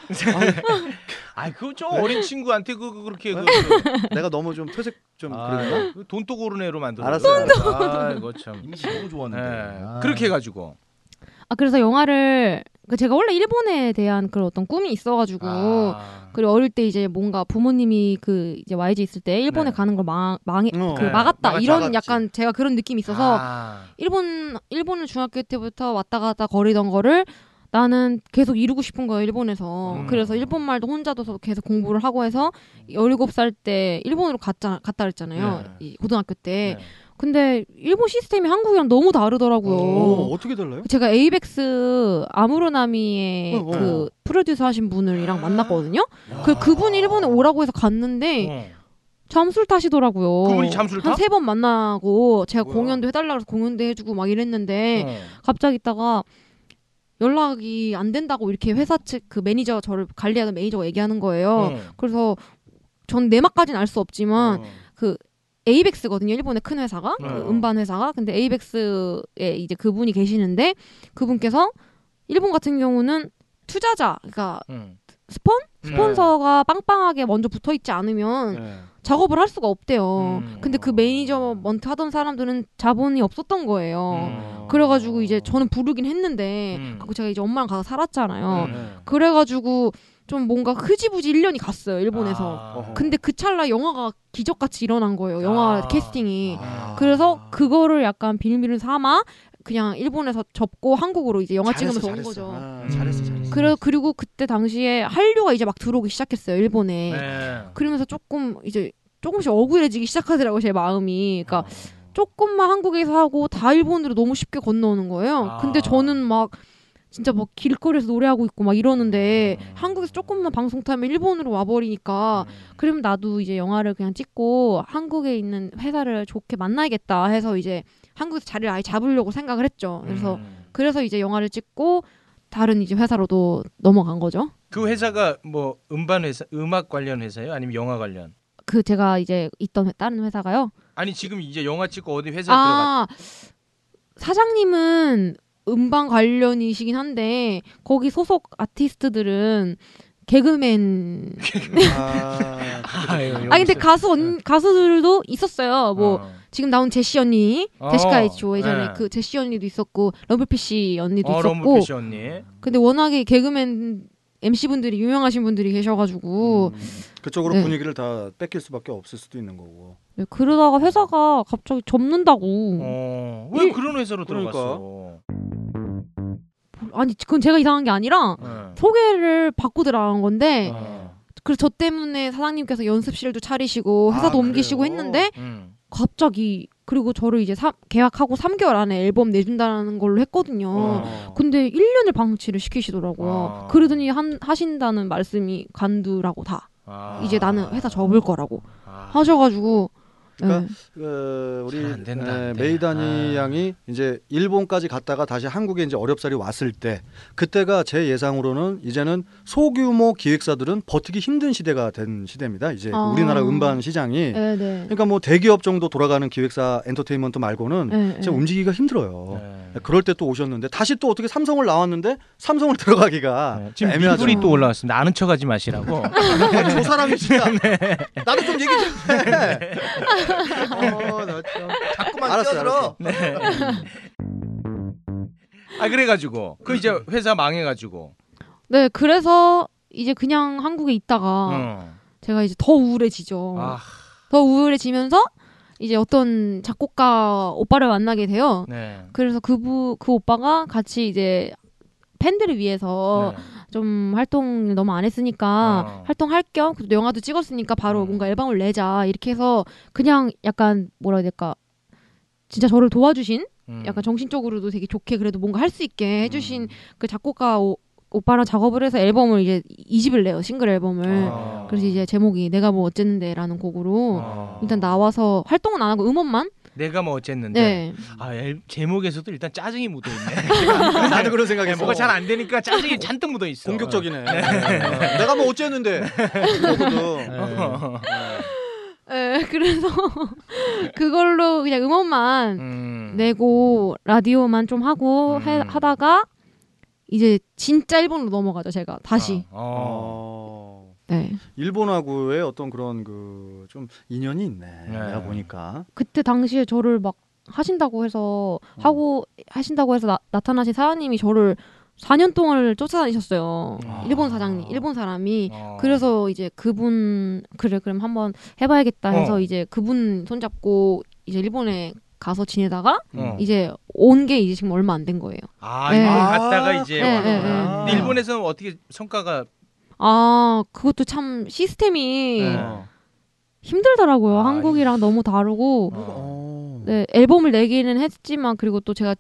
E: 아, 그좀
D: 네.
E: 어린 친구한테 그, 그 그렇게 그,
D: 내가 너무 좀 퇴색 좀 네.
H: 예.
D: 그랬나?
E: 아, 돈독 오르네로 만들어.
D: 알았어요.
E: 아, 이거 참.
G: 이미지 너무
E: 네.
G: 좋았는데. 아.
E: 그렇게 해가지고.
F: 아 그래서 영화를 그 제가 원래 일본에 대한 그런 어떤 꿈이 있어가지고
E: 아.
F: 그리고 어릴 때 이제 뭔가 부모님이 그 이제 YG 있을 때 일본에
E: 네.
F: 가는 걸 망, 망해
D: 어.
F: 그
E: 네.
F: 막았다
D: 막았-
F: 이런
D: 막았지.
F: 약간 제가 그런 느낌이 있어서
E: 아.
F: 일본 일본을 중학교 때부터 왔다 갔다 거리던 거를 나는 계속 이루고 싶은 거예요 일본에서
E: 음.
F: 그래서 일본 말도 혼자서 계속 공부를 하고 해서 17살 때 일본으로 갔다 갔다 그랬잖아요
E: 네.
F: 이 고등학교 때
E: 네.
F: 근데 일본 시스템이 한국이랑 너무 다르더라고요
D: 오, 어떻게 달라요?
F: 제가 에이벡스 아무로나미의
D: 어, 어.
F: 그 프로듀서 하신
E: 아.
F: 분을이랑 만났거든요 그 그분이 일본에 오라고 해서 갔는데
E: 어.
F: 잠수를 타시더라고요
E: 그분이 잠수를 타?
F: 한 세 번 만나고 제가
E: 뭐야.
F: 공연도 해달라 그래서 공연도 해주고 막 이랬는데
E: 어.
F: 갑자기 있다가 연락이 안 된다고 이렇게 회사 측 그 매니저 저를 관리하는 매니저가 얘기하는 거예요.
E: 어.
F: 그래서 전 내막까지는 알 수 없지만
E: 어.
F: 그 에이벡스거든요. 일본의 큰 회사가 그
E: 어.
F: 음반 회사가 근데 에이벡스에 이제 그분이 계시는데 그분께서 일본 같은 경우는 투자자 그러니까
E: 음.
F: 스폰 스폰서가 빵빵하게 먼저 붙어 있지 않으면
D: 네.
F: 작업을 할 수가 없대요.
E: 음.
F: 근데 그 매니저먼트 하던 사람들은 자본이 없었던 거예요.
E: 음.
F: 그래가지고 이제 저는 부르긴 했는데
E: 음.
F: 그리고 제가 이제 엄마랑 가서 살았잖아요.
E: 음.
F: 그래가지고 좀 뭔가 흐지부지 1년이 갔어요 일본에서.
E: 아.
D: 어허.
F: 근데 그 찰나 영화가 기적같이 일어난 거예요 영화
E: 아.
F: 캐스팅이.
D: 아.
F: 그래서 그거를 약간 빌미를 삼아 그냥 일본에서 접고 한국으로 이제 영화
D: 잘했어,
F: 찍으면서 온
D: 잘했어.
F: 거죠.
D: 아,
E: 음.
D: 잘했어, 잘했어.
F: 그래 그리고 그때 당시에 한류가 이제 막 들어오기 시작했어요 일본에.
E: 네.
F: 그러면서 조금 이제 조금씩 억울해지기 시작하더라고 요제 마음이.
E: 아.
F: 그러니까 조금만 한국에서 하고 다 일본으로 너무 쉽게 건너오는 거예요.
E: 아.
F: 근데 저는 막 진짜 막 길거리에서 노래하고 있고 막 이러는데
E: 음.
F: 한국에서 조금만 방송 타면 일본으로 와버리니까 그럼 나도 이제 영화를 그냥 찍고 한국에 있는 회사를 좋게 만나야겠다 해서 이제 한국에서 자리를 아예 잡으려고 생각을 했죠. 그래서
E: 음.
F: 그래서 이제 영화를 찍고 다른 이제 회사로도 넘어간 거죠.
E: 그 회사가 뭐 음반 회사, 음악 관련 회사예요? 아니면 영화 관련?
F: 그 제가 이제 있던 회- 다른 회사가요.
E: 아니 지금 이제 영화 찍고 어디 회사 들어갔?
F: 아 사장님은 음반 관련이시긴 한데 거기 소속 아티스트들은 개그맨
D: 아,
E: 음.
F: 아 근데 가수
E: 네.
F: 언, 가수들도 있었어요 뭐 지금 나온 제시 언니
E: 어,
F: 제시카 H.O. 예전에
E: 네.
F: 그 제시 언니도 있었고 럼블피쉬 언니도
H: 아,
E: 어,
F: 있었고 음.
E: 럼블피쉬 언니.
F: 근데 워낙에 개그맨 MC 분들이 유명하신 분들이 계셔가지고
E: 음.
D: 그쪽으로
F: 네.
D: 분위기를 다 뺏길 수밖에 없을 수도 있는 거고.
F: 네, 그러다가 회사가 갑자기 접는다고
E: 어, 왜
F: 이-
E: 그런 회사로
D: 그러니까.
E: 들어갔어?
F: 아니 그건 제가 이상한 게 아니라
E: 네.
F: 소개를 받고 들어간 건데
D: 아.
E: 어,
F: 그래서 저 때문에 사장님께서 연습실도 차리시고
D: 아,
F: 회사도 옮기시고
D: 그래요?
F: 했는데
E: 음.
F: 갑자기 그리고 저를 이제 사- 계약하고 3개월 안에 앨범 내준다는 걸로 했거든요.
E: 어.
F: 근데 1년을 방치를 시키시더라고요.
E: 아.
F: 그러더니 한, 하신다는 말씀이 간두라고 다.
E: 아.
F: 이제 나는 회사 접을 거라고
E: 아.
F: 하셔가지고
D: 그러니까 어, 우리
E: 잘안 된다, 안
D: 에,
E: 돼.
D: 메이다니
E: 아.
D: 양이 이제 일본까지 갔다가 다시 한국에 이제 어렵사리 왔을 때 그때가 제 예상으로는 이제는 소규모 기획사들은 버티기 힘든 시대가 된 시대입니다. 이제
F: 아.
D: 우리나라 음반 시장이
F: 네, 네.
D: 그러니까 뭐 대기업 정도 돌아가는 기획사 엔터테인먼트 말고는
F: 네,
D: 진짜
F: 네.
D: 움직이기가 힘들어요.
E: 네.
D: 그럴 때 또 오셨는데 다시 또 어떻게 삼성을 나왔는데 삼성을 들어가기가
H: 네, 지금
D: 아, 애매하죠.
H: 미분이 또 올라왔습니다. 아는 척하지 마시라고.
D: 아니, 저 사람이 진짜 나도 좀 얘기 좀 해. 어, 나 참.
G: 자꾸만
D: 알았어,
G: 끼어들어.
H: 네.
D: 알았어.
E: 아 그래가지고 그
F: 음.
E: 이제 회사 망해가지고
F: 네, 그래서 이제 그냥 한국에 있다가
H: 음.
E: 응.
F: 제가 이제 더 우울해지죠.
E: 아,
F: 더 우울해지면서 이제 어떤 작곡가 오빠를 만나게 돼요.
E: 네.
F: 그래서 그부 그 오빠가 같이 이제 팬들을 위해서
E: 네.
F: 좀 활동 너무 안 했으니까
E: 어.
F: 활동할 겸 그래도 영화도 찍었으니까 바로
E: 음.
F: 뭔가 앨범을 내자 이렇게 해서 그냥 약간 뭐라 해야 될까 진짜 저를 도와주신
E: 음.
F: 약간 정신적으로도 되게 좋게 그래도 뭔가 할 수 있게 해주신 그 작곡가 오, 오빠랑 작업을 해서 앨범을 이제 2집을 내요 싱글 앨범을
E: 아.
F: 그래서 이제 제목이 내가 뭐 어쨌는데라는 곡으로
E: 아.
F: 일단 나와서 활동은 안 하고 음원만
E: 내가 뭐 어쨌는데
F: 네,
H: 아, 앨- 제목에서도 일단 짜증이 묻어 있네.
D: 나도 그런
H: 네,
D: 생각했어.
H: 뭐가 잘 안 되니까 짜증이 잔뜩 묻어 있어.
D: 공격적이네. 네. 내가 뭐 어쨌는데. 그거거든.
H: 어.
F: 네, 그래서 그걸로 그냥 음원만
E: 음.
F: 내고 라디오만 좀 하고 해-
E: 음.
F: 하다가 이제 진짜 일본으로 넘어가죠 제가 다시
E: 어.
D: 어.
F: 네
D: 일본하고의 어떤 그런 그 좀 인연이 있네.
E: 네.
D: 내가 보니까.
F: 그때 당시에 저를 막 하신다고 해서
E: 어.
F: 하고 하신다고 해서 나, 나타나신 사장님이 저를 4년 동안 쫓아다니셨어요
E: 아.
F: 일본 사장님 일본 사람이
E: 어.
F: 그래서 이제 그분 그래 그럼 한번 해봐야겠다 해서
E: 어.
F: 이제 그분 손잡고 이제 일본에 가서 지내다가
E: 어.
F: 이제 온 게 이제 지금 얼마 안 된 거예요.
E: 아
F: 네.
E: 일본 갔다가 이제
F: 네,
E: 왔구나.
F: 네, 네.
D: 아.
E: 근데 일본에서는 어떻게 성과가
F: 아 그것도 참 시스템이
D: 어.
E: 네.
F: 힘들더라고요.
E: 아,
F: 한국이랑 너무 다르고
E: 어.
F: 네, 앨범을 내기는 했지만 그리고 또 제가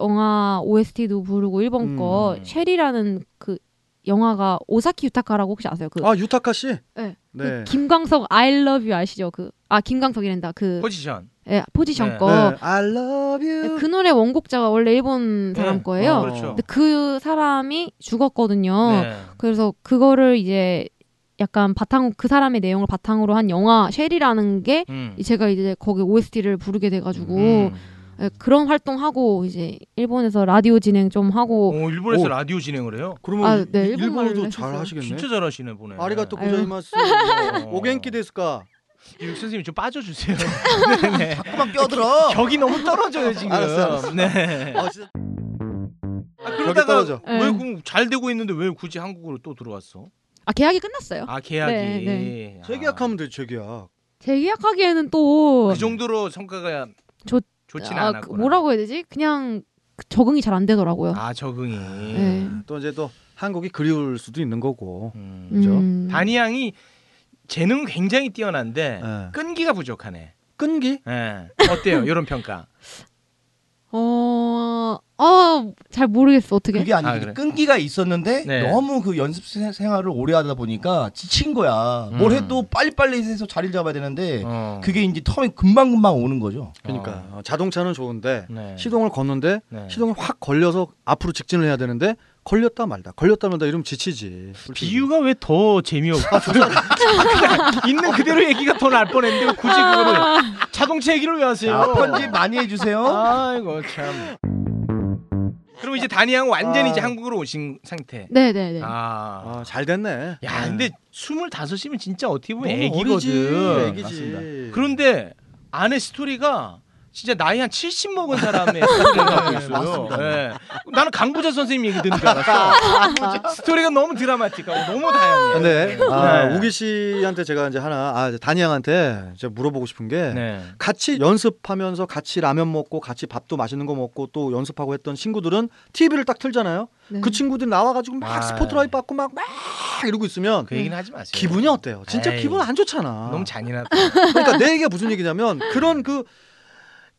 F: 영화 OST도 부르고 일본 거
E: 음.
F: 쉘이라는 그 영화가 오사키 유타카라고 혹시 아세요? 그,
D: 아, 유타카 씨?
F: 네. 그
D: 네.
F: 김광석 I Love You 아시죠? 그 아 김광석이란다
D: 어.
F: 그
E: 포지션
F: 예, 포지션
E: 네.
F: 거.
D: 네. I love
F: 네,
D: you.
F: 그 노래 원곡자가 원래 일본 사람
E: 네.
F: 거예요.
E: 어, 그렇죠.
F: 근데 그 사람이 죽었거든요.
E: 네.
F: 그래서 어. 그거를 이제 약간 바탕 그 사람의 내용을 바탕으로 한 영화 쉘이라는 게
E: 음.
F: 제가 이제 거기 OST를 부르게 돼가지고
E: 음.
F: 예, 그런 활동하고 이제 일본에서 라디오 진행 좀 하고
E: 어, 일본에서
D: 오.
E: 라디오 진행을 해요?
D: 그러면
F: 아, 네,
D: 일-
F: 일본말로
D: 일본어도 잘
F: 했었어요.
D: 하시겠네.
E: 진짜 잘하시네 보네.
D: 아리가또
F: 아유.
D: 고자이마스. 오겐키 데스까?
H: 육 선생님 좀 빠져주세요.
E: 네,
G: 자꾸만 끼어들어.
H: 격이 너무 떨어져요 지금.
D: 알았어, 알았어.
H: 네.
D: 아, 진짜
E: 아,
D: 벽에
E: 그러다가
D: 떨어져.
F: 네.
E: 왜 그럼 잘 되고 있는데 왜 굳이 한국으로 또 들어왔어?
F: 아 계약이 끝났어요.
E: 아 계약이
F: 네, 네.
E: 아.
D: 재계약하면 돼, 재계약.
F: 재계약하기에는 또
E: 그 정도로 성과가
F: 좋-
E: 좋지는
F: 아, 그
E: 않았구나.
F: 뭐라고 해야 되지? 그냥 그 적응이 잘 안 되더라고요.
E: 아 적응이.
F: 네.
D: 또 이제 또 한국이 그리울 수도 있는 거고.
E: 음.
D: 그죠?
F: 음.
E: 단이양이 재능 은 굉장히 뛰어난데
H: 예.
D: 네.
E: 끈기가 부족하네.
D: 끈기?
E: 예. 어때요? 이런 평가.
F: 어, 아, 잘 모르겠어 어떻게.
G: 그게 아니고
E: 아, 그래.
G: 끈기가 있었는데
E: 네.
G: 너무 그 연습 세- 생활을 오래 하다 보니까 지친 거야. 뭘
E: 음.
G: 해도 빨리빨리 해서 자리를 잡아야 되는데
E: 어.
G: 네. 그게 이제 텀이 금방금방 오는 거죠.
D: 그러니까 어, 자동차는 좋은데
E: 네.
D: 시동을 걷는데
E: 네.
D: 시동이 확 걸려서 앞으로 직진을 해야 되는데 걸렸다 말다 걸렸다 말다 이러면 지치지. 솔직히.
H: 비유가 왜 더 재미없고 아, 있는 그대로 얘기가 더 날 뻔했는데 왜 굳이 그거를 자동차 얘기를 왜 하세요?
G: 아, 편집 많이 해주세요.
H: 아이고 참.
E: 그럼 이제 단이양 완전히 이제
D: 아.
E: 한국으로 오신 상태.
F: 네, 네, 네.
E: 아.
D: 아, 잘 됐네.
H: 야 근데 스물다섯이면 진짜 어떻게 보면
D: 너무
H: 애기거든.
D: 어리지,
H: 맞습니다.
D: 애기지.
E: 그런데 안에 스토리가 진짜 나이 한 70 먹은 사람의 스토리를 갖고 있어요. 예. 나는 강부자 선생님 얘기 듣는 줄 알았어. 스토리가 너무 드라마틱하고 너무 다양해.
D: 근데 아,
E: 네.
D: 우기 씨한테 제가 이제 하나 아 단양한테 제가 물어보고 싶은 게
E: 네.
D: 같이 연습하면서 같이 라면 먹고 같이 밥도 맛있는 거 먹고 또 연습하고 했던 친구들은 TV를 딱 틀잖아요.
F: 네.
D: 그 친구들이 나와가지고 막
E: 아.
D: 스포트라이트 받고 막 막 이러고 있으면
E: 그 얘기는 하지 마세요.
D: 기분이 어때요? 진짜
E: 에이.
D: 기분 안 좋잖아.
E: 너무 잔인하다.
D: 그러니까 내 얘기가 무슨 얘기냐면 그런 그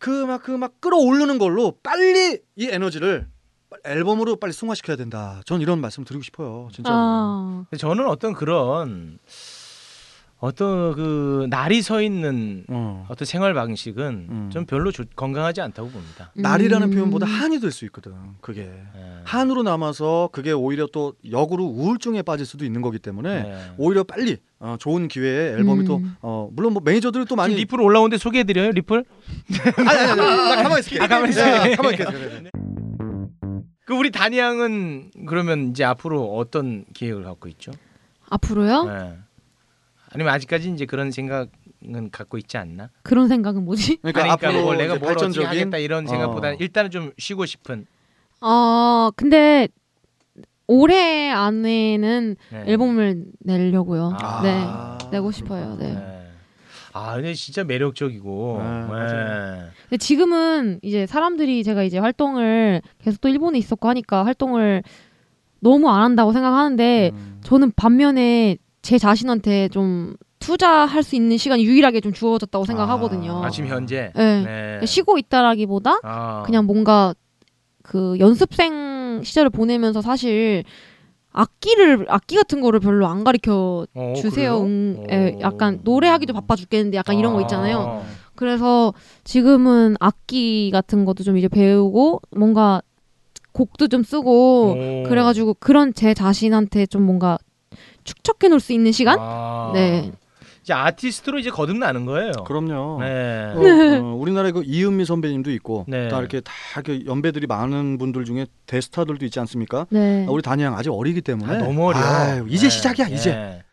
D: 그 막 그 막 끌어올르는 걸로 빨리 이 에너지를 빨리 앨범으로 빨리 승화시켜야 된다. 전 이런 말씀 드리고 싶어요. 진짜.
F: 아,
E: 근데 저는 어떤 그런
H: 어떤 그 날이 서 있는
D: 어.
H: 어떤 생활 방식은
D: 음.
H: 좀 별로 좋- 건강하지 않다고 봅니다.
D: 날이라는
F: 음.
D: 표현보다 한이 될 수 있거든. 그게
H: 예.
D: 한으로 남아서 그게 오히려 또 역으로 우울증에 빠질 수도 있는 거기 때문에
E: 네.
H: 예.
D: 오히려 빨리 어, 좋은 기회에 앨범이
F: 음.
D: 또 어, 물론 뭐 매니저들이 또 많이
H: 지금 리플 올라오는데 소개해드려요 리플?
D: 아니 아니, 아니 나 가만히 있을게.
H: 아, 가만히 있을게.
D: 야, 가만히 있게. 그래, 그래.
H: 그 우리 단이 양은 그러면 이제 앞으로 어떤 계획을 갖고 있죠?
F: 앞으로요?
D: 네.
H: 예. 아니면 아직까지 이제 그런 생각은 갖고 있지 않나?
F: 그런 생각은 뭐지?
D: 그러니까,
H: 아니, 그러니까
D: 앞으로
H: 뭐 내가
D: 이제
H: 뭘 어떻게
D: 발전적인
H: 하겠다 이런 생각보다는
D: 어.
H: 일단은 좀 쉬고 싶은
F: 어 근데 올해 안에는
D: 네.
H: 예.
F: 앨범을 내려고요.
H: 아.
F: 네 내고 싶어요. 네.
H: 예. 아 근데 진짜 매력적이고
D: 네,
H: 예.
D: 맞아요.
F: 근데 지금은 이제 사람들이 제가 이제 활동을 계속 또 일본에 있었고 하니까 활동을 너무 안 한다고 생각하는데
D: 음.
F: 저는 반면에 제 자신한테 좀 투자할 수 있는 시간이 유일하게 좀 주어졌다고 생각하거든요.
H: 아, 지금 현재
F: 네.
H: 네.
F: 쉬고 있다라기보다
H: 아.
F: 그냥 뭔가 그 연습생 시절을 보내면서 사실 악기를 악기 같은 거를 별로 안 가르쳐
H: 어,
F: 주세요.
H: 그래요?
F: 응, 예,
H: 어.
F: 약간 노래하기도 바빠 죽겠는데 약간 이런 거
H: 아.
F: 있잖아요. 그래서 지금은 악기 같은 것도 좀 이제 배우고 뭔가 곡도 좀
H: 오.
F: 쓰고 그래가지고 그런 제 자신한테 좀 뭔가 축적해 놓을 수 있는 시간?
H: 아.
F: 네.
H: 이제 아티스트로 이제 거듭나는 거예요. 어.
D: 그럼요.
H: 네.
D: 어, 어, 우리나라에 그 이은미 선배님도 있고
H: 네.
D: 다 이렇게 다 이렇게 연배들이 많은 분들 중에 대스타들도 있지 않습니까?
F: 네.
D: 아, 우리 단이 양 아직 어리기 때문에
H: 아, 너무 어려.
D: 아유, 이제 시작이야 이제.
H: 네.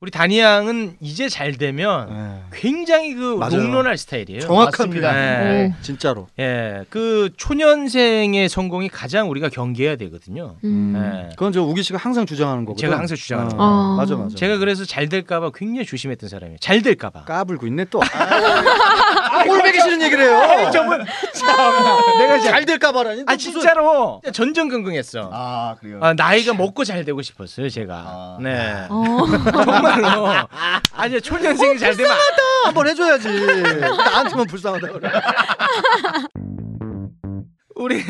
H: 우리 다니 양은 이제 잘 되면
D: 네.
H: 굉장히 그
D: 맞아요.
H: 롱런할 스타일이에요.
D: 정확합니다.
H: 예.
D: 진짜로.
H: 예. 그 초년생의 성공이 가장 우리가 경계해야 되거든요.
F: 음.
H: 예.
D: 그건 저 우기 씨가 항상 주장하는 거거든.
H: 제가 항상 주장하는
D: 어.
H: 거예요.
F: 아.
D: 맞아 맞아.
H: 제가 그래서 잘 될까봐 굉장히 조심했던 사람이에요. 잘 될까봐.
D: 까불고 있네
H: 아,
D: 또. 아, 꼴배기 싫은 얘기를 해요.
H: 저분 참 내가 이제
D: 잘 될까 봐라니.
H: 아 진짜로 전전긍긍했어.
G: 아 그래요.
H: 아, 나이가 먹고 잘 되고 싶었어요 제가.
G: 아.
H: 네.
F: 어.
H: 정말로. 아니 초년생이 잘 되면
D: 한번 해줘야지. 나한테만 불쌍하다 그래.
H: 우리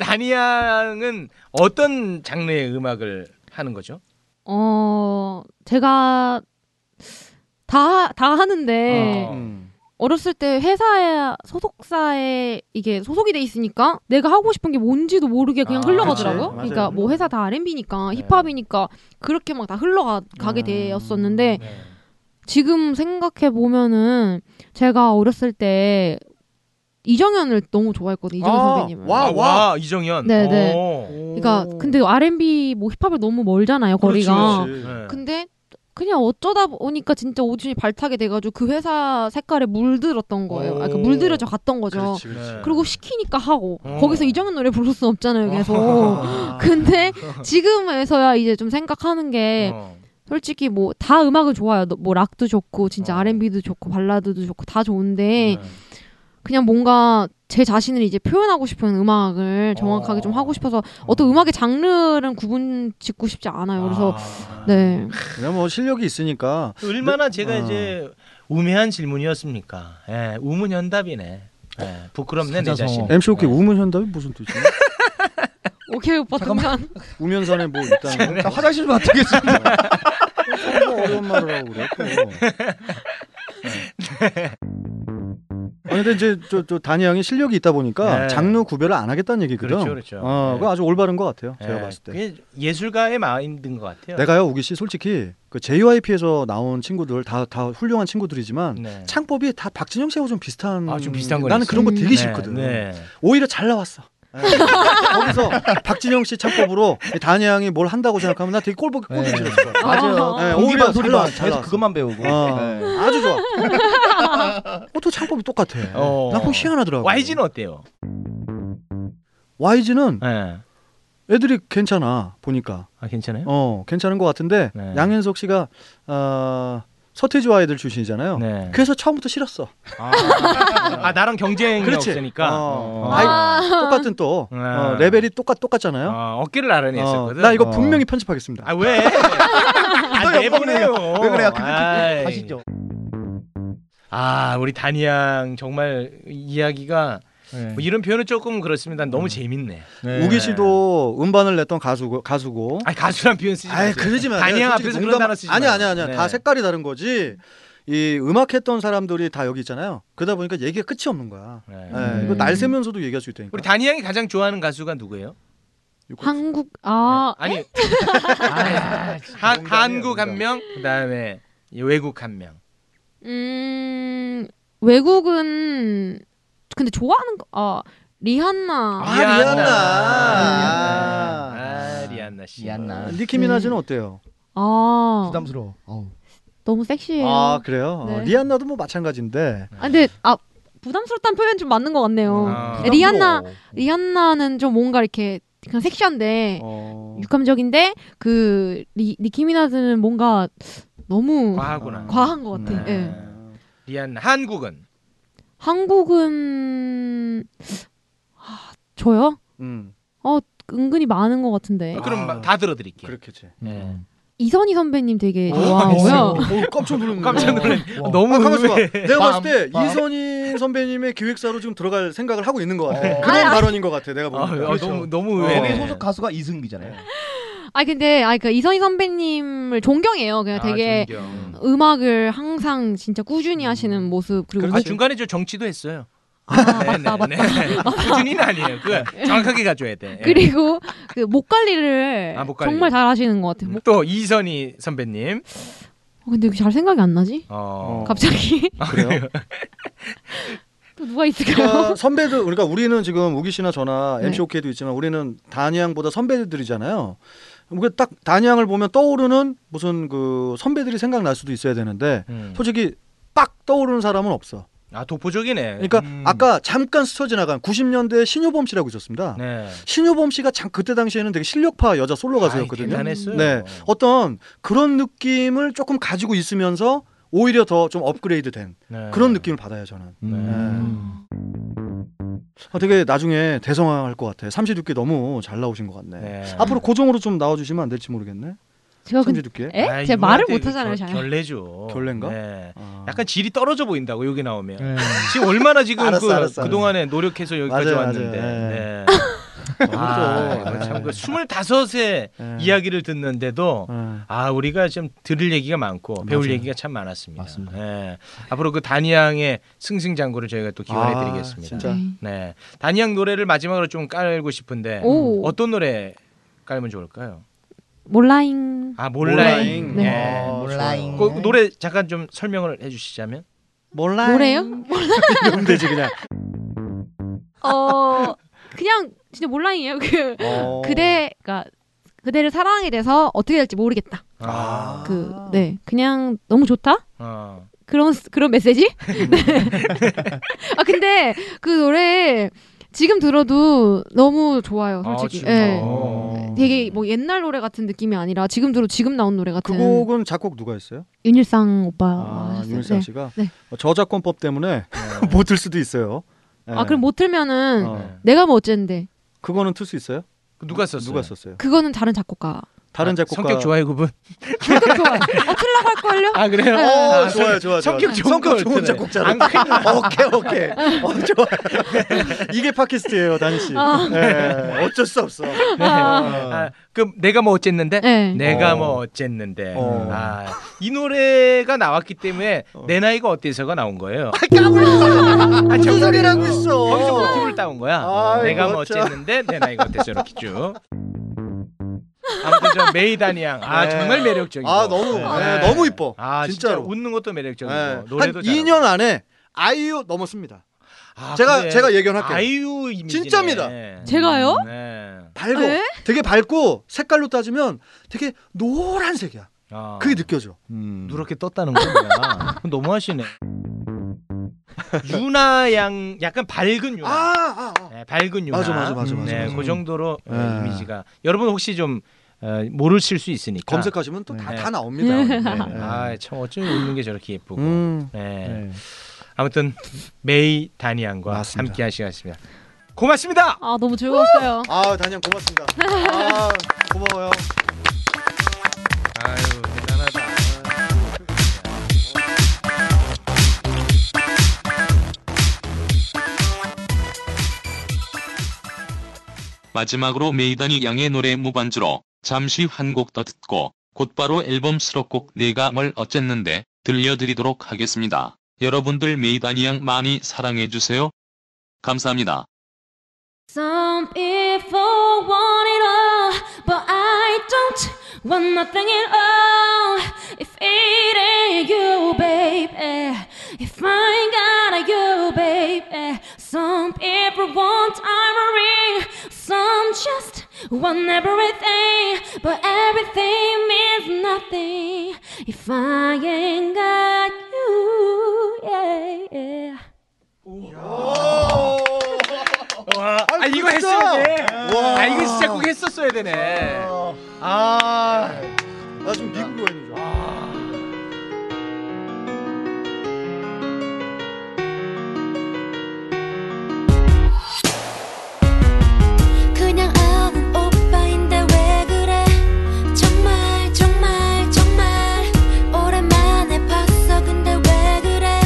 H: 다니양은 어떤 장르의 음악을 하는 거죠?
F: 어, 제가 다, 다 하는데,
H: 어.
D: 음.
F: 어렸을 때 회사에, 소속사에 이게 소속이 돼 있으니까 내가 하고 싶은 게 뭔지도 모르게 그냥
H: 아,
F: 흘러가더라고요.
D: 그치. 맞아요.
F: 그러니까 뭐 회사 다 RMB니까
H: 네.
F: 힙합이니까 그렇게 막 다 흘러가게
D: 음.
F: 되었었는데,
H: 네.
F: 지금 생각해 보면은 제가 어렸을 때 이정현을 너무 좋아했거든요. 이정현
D: 아,
F: 선배님을.
D: 와,
H: 아, 와, 이정현.
F: 네, 네.
H: 오.
F: 그러니까 근데 R&B 뭐 힙합을 너무 멀잖아요,
H: 그렇지,
F: 거리가.
D: 그렇지.
H: 네.
F: 근데 그냥 어쩌다 보니까 진짜 오디션이 발탁이 돼가지고 그 회사 색깔에 물들었던 거예요. 아, 그
H: 오.
F: 물들여져 갔던 거죠.
D: 그렇지 그렇지.
H: 네.
F: 그리고 시키니까 하고
H: 어.
F: 거기서 이정현 노래 부를 순 없잖아요. 계속.
D: 아.
F: 근데 지금에서야 이제 좀 생각하는 게
H: 어.
F: 솔직히 뭐 다 음악은 좋아요. 너- 뭐 락도 좋고 진짜
H: 어. 네.
F: R&B도 좋고 발라드도 좋고 다 좋은데 그냥 뭔가 제 자신을 이제 표현하고 싶은 음악을 정확하게 좀
H: 어.
F: 하고 싶어서 어떤 음악의 장르는 구분 짓고 싶지 않아요. 그래서
H: 아.
F: 네.
D: 그냥 뭐 실력이 있으니까
H: 얼마나 제가
D: 어.
H: 이제 우매한 질문이었습니까? 예, 우문현답이네. 예, 부끄럽네 내
G: 사자성어.
H: 자신.
D: MC 오케이 우문 현답이 무슨 뜻이야?
F: 오케이 오빠 등산.
D: 우면산에 뭐 일단
G: 나 화장실 좀 맡기겠습니다.
D: 뭐 어려운 말을 하고 그래. 또. 네. 아니 근데 이제 저, 저 다니 양이 실력이 있다 보니까
H: 네.
D: 장르 구별을 안 하겠다는 얘기거든.
H: 그렇죠, 그렇죠.
D: 어,
H: 네.
D: 그거 아주 올바른 것 같아요. 제가
H: 예,
D: 봤을 때.
H: 그게 예술가의 마인드인 것 같아요.
D: 내가요 우기 씨 솔직히 그 JYP에서 나온 친구들 다 다 훌륭한 친구들이지만
H: 네.
D: 창법이 다 박진영 씨하고 좀 비슷한.
H: 아, 좀 비슷한 거
D: 나는
H: 있어요.
D: 그런 거 되게
H: 네,
D: 싫거든.
H: 네.
D: 오히려 잘 나왔어. 네. 거기서 박진영 씨 창법으로 다니 양이 뭘 한다고 생각하면 나 되게 꼴보기 꼴보기
G: 네.
D: 싫었을 거야.
G: 맞아요.
F: 어.
D: 네,
G: 공기반
D: 오히려 잘
G: 소리반
D: 나왔어.
G: 계속 그것만 배우고.
D: 어.
G: 네.
D: 아주 좋아. 어또 창법이 똑같아.
H: 어.
D: 나 그거 희한하더라고.
H: YG는 어때요?
D: YG는
H: 예.
D: 애들이 괜찮아 보니까.
H: 아 괜찮아요?
D: 어 괜찮은 것 같은데
H: 네.
D: 양현석 씨가 어, 서태지와 아이들 출신이잖아요.
H: 네.
D: 그래서 처음부터 싫었어.
H: 아 나랑 경쟁이
D: 그렇지.
H: 없으니까.
D: 어.
H: 어.
D: 아이, 똑같은 또
H: 네.
D: 어, 레벨이 똑같 똑같잖아요.
H: 아, 어깨를 나란히했었거든.
D: 어, 나 이거
G: 어.
D: 분명히 편집하겠습니다.
H: 아 왜? 아 내보내요.
G: 왜 그래요? 그
H: 아이.
G: 아시죠?
H: 아 우리 단양 정말 이야기가
G: 네.
H: 뭐 이런 표현은 조금 그렇습니다.
D: 음.
H: 너무 재밌네.
G: 네.
D: 우기 씨도 음반을 냈던 가수고 가수고.
H: 아니 가수란 표현 쓰지
D: 아이
H: 마세요.
D: 그러지 마.
H: 단양
D: 솔직히
H: 앞에서 그런
D: 농담-
H: 단어 쓰지
D: 아니
H: 마요.
D: 아니 아니
H: 네.
D: 다 색깔이 다른 거지. 이 음악했던 사람들이 다 여기 있잖아요. 그러다 보니까 얘기가 끝이 없는 거야.
H: 네.
D: 예, 이거 날 세면서도 얘기할 수 있다니까.
H: 우리 단이 형이 가장 좋아하는 가수가 누구예요?
F: 한국 아
H: 아니
D: 네.
H: 아, 하- 한국 한 명, 그다음에 이 외국 한 명.
G: 네.
F: 음, 외국은 근데 좋아하는 거 아, 리한나
D: 아, 리안나.
H: 리안나. 아, 리안나 씨.
G: 미안나.
D: 니키미나즈는 어때요?
F: 아,
G: 부담스러워. 어우.
F: 너무 섹시해요.
D: 아
F: 아,
D: 그래요? 어,
F: 네.
D: 리안나도 뭐 마찬가지인데
H: 네.
F: 근데 아 부담스럽다는 표현 좀 맞는 것
G: 어.
F: 같네요.
H: 아.
F: 어, 리안나 리안나는 좀 뭔가 이렇게 그냥 섹시한데
D: 어...
F: 유감적인데 그 리, 니키미나즈는 뭔가 너무
E: 아,
H: 과하구나.
F: 과한 것 같아.
H: 네.
F: 예.
H: 리안나. 한국은
F: 한국은 아, 저요?
D: 음
F: 은근히 많은 것 같은데
H: 그럼 마- 다 들어드릴게요.
D: 아. 그렇겠지.
H: 네.
F: 이선희 선배님 되게
D: 오,
F: 좋아하고요.
D: 오, 깜짝 놀랐네.
H: 깜짝 놀랐.
G: 와.
H: 너무
D: 아, 가만있어 봐.
H: 의외.
D: 내가 봤을 때
G: 빰, 빰.
D: 이선희 선배님의 기획사로 지금 들어갈 생각을 하고 있는 것 같아.
G: 어.
D: 그런
F: 아니, 아니.
D: 발언인 것 같아. 내가
H: 아,
D: 보니까.
H: 아, 너무
D: 어.
H: 너무
G: 여기
H: 의외네.
G: 소속 가수가 이승기잖아요.
F: 아 근데 아그 이선희 선배님을 존경해요. 그냥 되게
H: 아, 존경.
F: 음악을 항상 진짜 꾸준히 하시는 모습 그리고
H: 아 중간에 저 정치도 했어요.
D: 아,
H: 네, 맞다 맞다. 꾸준히는 아니에요.
D: 네.
H: 그 정확하게 가져야 돼. 예.
F: 그리고 그 목 관리를
H: 아, 목 관리. 네.
F: 정말 잘 하시는 것 같아요. 목-
H: 또 이선희 선배님.
F: 어, 근데 잘 생각이 안 나지?
H: 어.
F: 갑자기
D: 그래요?
F: 또 누가 있을까요?
H: 어,
D: 그러니까 선배들 그러니까 우리는 지금 우기 씨나 저나
F: 네.
D: MC 오케이도 있지만 우리는 단양보다 선배들이잖아요. 우리가 딱 단양을 보면 떠오르는 무슨 그 선배들이 생각날 수도 있어야 되는데
H: 음.
D: 솔직히 빡 떠오르는 사람은 없어.
H: 아 독보적이네.
D: 그러니까
H: 음.
D: 아까 잠깐 스쳐 지나간 90년대 신효범 씨라고 있었습니다.
H: 네.
D: 신효범 씨가 참 그때 당시에는 되게 실력파 여자 솔로
H: 아이,
D: 가수였거든요.
H: 대단했어요.
D: 네. 어떤 그런 느낌을 조금 가지고 있으면서 오히려 더 좀 업그레이드 된
H: 네.
D: 그런 느낌을 받아요, 저는.
H: 음.
D: 아, 되게 나중에 대성할 것 같아. 삼시두끼 너무 잘 나오신 것 같네. 아,
H: 네.
D: 앞으로 고정으로 좀 나와주시면 안 될지 모르겠네.
F: 제가 아, 근데 네.
D: 삼시두끼.
F: 에?
H: 아,
F: 제가 말을
H: 이분한테
F: 못 하잖아요,
H: 겨-
F: 잘.
H: 결례죠.
D: 결례인가?
H: 네.
D: 아.
H: 약간 질이 떨어져 보인다고 여기 나오면. 지금 얼마나 지금
D: 알았어,
H: 그
D: 알았어, 알았어.
H: 그동안에 노력해서 여기까지
D: 맞아요,
H: 왔는데.
D: 맞아요.
H: 네.
D: 너무
H: 아,
D: 좋아.
H: 이거 참그 25세
D: 네.
H: 이야기를 듣는데도
D: 네.
H: 아, 우리가 좀 들을 얘기가 많고 배울
D: 맞아요.
H: 얘기가 참 많았습니다.
G: 맞습니다.
H: 네. 앞으로 그 단양의 승승장구를 저희가 또 기원해 드리겠습니다.
D: 아, 진짜.
H: 네. 단양 노래를 마지막으로 좀 깔고 싶은데
F: 오
H: 어떤 노래 깔면 좋을까요?
F: 몰라잉
H: 아, 몰라잉.
F: 몰라잉. 네.
H: 예.
D: 어,
G: 몰라잉.
H: 그 노래 잠깐 좀 설명을 해 주시자면
D: 몰라.
F: 네. 노래요?
D: 음. 이러면 되지 그냥.
F: 어 그냥 진짜 몰라잉이에요. 그
D: 어.
F: 그대가 그러니까 그대를 사랑하게 돼서 어떻게 될지 모르겠다.
H: 아.
F: 그 네 그냥 너무 좋다.
H: 어.
F: 그런 그런 메시지? 네.
D: 음.
F: 아 근데 그 노래 지금 들어도 너무 좋아요,
D: 네.
F: 솔직히.
H: 아, 진짜.
F: 예.
H: 어.
F: 되게 뭐 옛날 노래 같은 느낌이 아니라 지금 들어 지금 나온 노래
D: 그
F: 같은.
D: 곡은 작곡 누가 했어요?
F: 윤일상 오빠.
D: 아,
F: 하셨어요.
D: 윤상
F: 네.
D: 씨가
F: 네.
D: 어, 저작권법 때문에
H: 네.
D: 못 들 수도 있어요. 네.
F: 아 그럼 못 틀면은
D: 어.
F: 내가 뭐 어쨌는데
D: 그거는 틀 수 있어요?
H: 그 네. 누가 썼어요?
D: 누가 썼어요?
F: 그거는 다른 작곡가.
D: 다른
H: 아,
D: 작곡가
H: 성격 좋아요, 그분.
F: 그거 좋아요. 어 틀라고 할 걸요?
H: 아, 그래요?
D: 어, 좋아요, 좋아요.
H: 성격 좋은
D: 성격
H: 걸
D: 좋은
H: 틀어요.
D: 작곡자로.
H: 안 그래요?
D: 오케이, 오케이. 어, 좋아. 이게 팟캐스트예요, 다니 씨.
F: 아.
D: 예, 어쩔 수 없어.
H: 아, 그럼 내가 뭐 어쨌는데?
F: 네.
H: 내가
D: 어.
H: 뭐 어쨌는데?
D: 어.
H: 아, 이 노래가 나왔기 때문에 내 나이가 어때서가 나온 거예요.
D: 무슨 소리라고
H: 거기서
D: 있어. 아.
H: 모티브를 따온 거야.
D: 아이고,
H: 내가 뭐
D: 참.
H: 어쨌는데 내 나이가 어때서 이렇게 쭉. 아무튼 저 메이 단양 아
D: 네.
H: 정말 매력적이고
D: 아, 너무, 네, 너무 이뻐.
H: 아 진짜
D: 진짜로.
H: 웃는 것도 매력적이고
D: 예, 한
H: 노래도
D: 2년 안에 아이유 넘었습니다. 제가- 제가 예견할게요.
H: 아이유 이미지네.
D: 진짜입니다.
F: 제가요?
H: 네.
D: 밝어.
F: 에?
D: 되게 밝고 색깔로 따지면 되게 노란색이야.
H: 아.
D: 그게 느껴져.
H: 누렇게 떴다는 거야. 너무하시네. 유나 양 약간 밝은
D: 아,
H: 유나.
D: 아, 아.
H: 네, 밝은 유나.
D: 맞아, 맞아, 맞아, 맞아,
H: 네,
D: 맞아.
H: 그 정도로 어,
D: 네.
H: 이미지가. 여러분 혹시 좀 어, 모르실 수 있으니까.
D: 검색하시면 또 다 다
H: 네.
D: 나옵니다. 네.
H: 아, 참 어쩜 웃는 게 저렇게 예쁘고.
D: 음.
H: 네.
G: 네.
H: 아무튼 메이 다니안과
D: 맞습니다.
H: 함께한 시간이었습니다. 고맙습니다.
F: 아 너무 즐거웠어요.
D: 아, 단양 고맙습니다. 아, 고마워요.
H: 아유 대단하다.
I: 마지막으로 메이다니 양의 노래 무반주로 잠시 한 곡 더 듣고 곧바로 앨범 수록곡 내가 뭘 어쨌는데 들려드리도록 하겠습니다. 여러분들 메이다니 양 많이 사랑해주세요. 감사합니다.
F: Some people want it all, but I don't want nothing at all. If it ain't you, baby, if I ain't got you, baby. Some people want ivory, some just want everything, but everything means nothing if I ain't got you, yeah, yeah.
E: 와, 아 이거 했어야 돼. 아 이거 진짜 꼭 했었어야 되네. 아.
J: 나 지금 미국 여행인 줄 알아.
F: 그냥 아는 오빠인데 왜 그래 정말 정말 정말 오랜만에 봤어 근데 왜 그래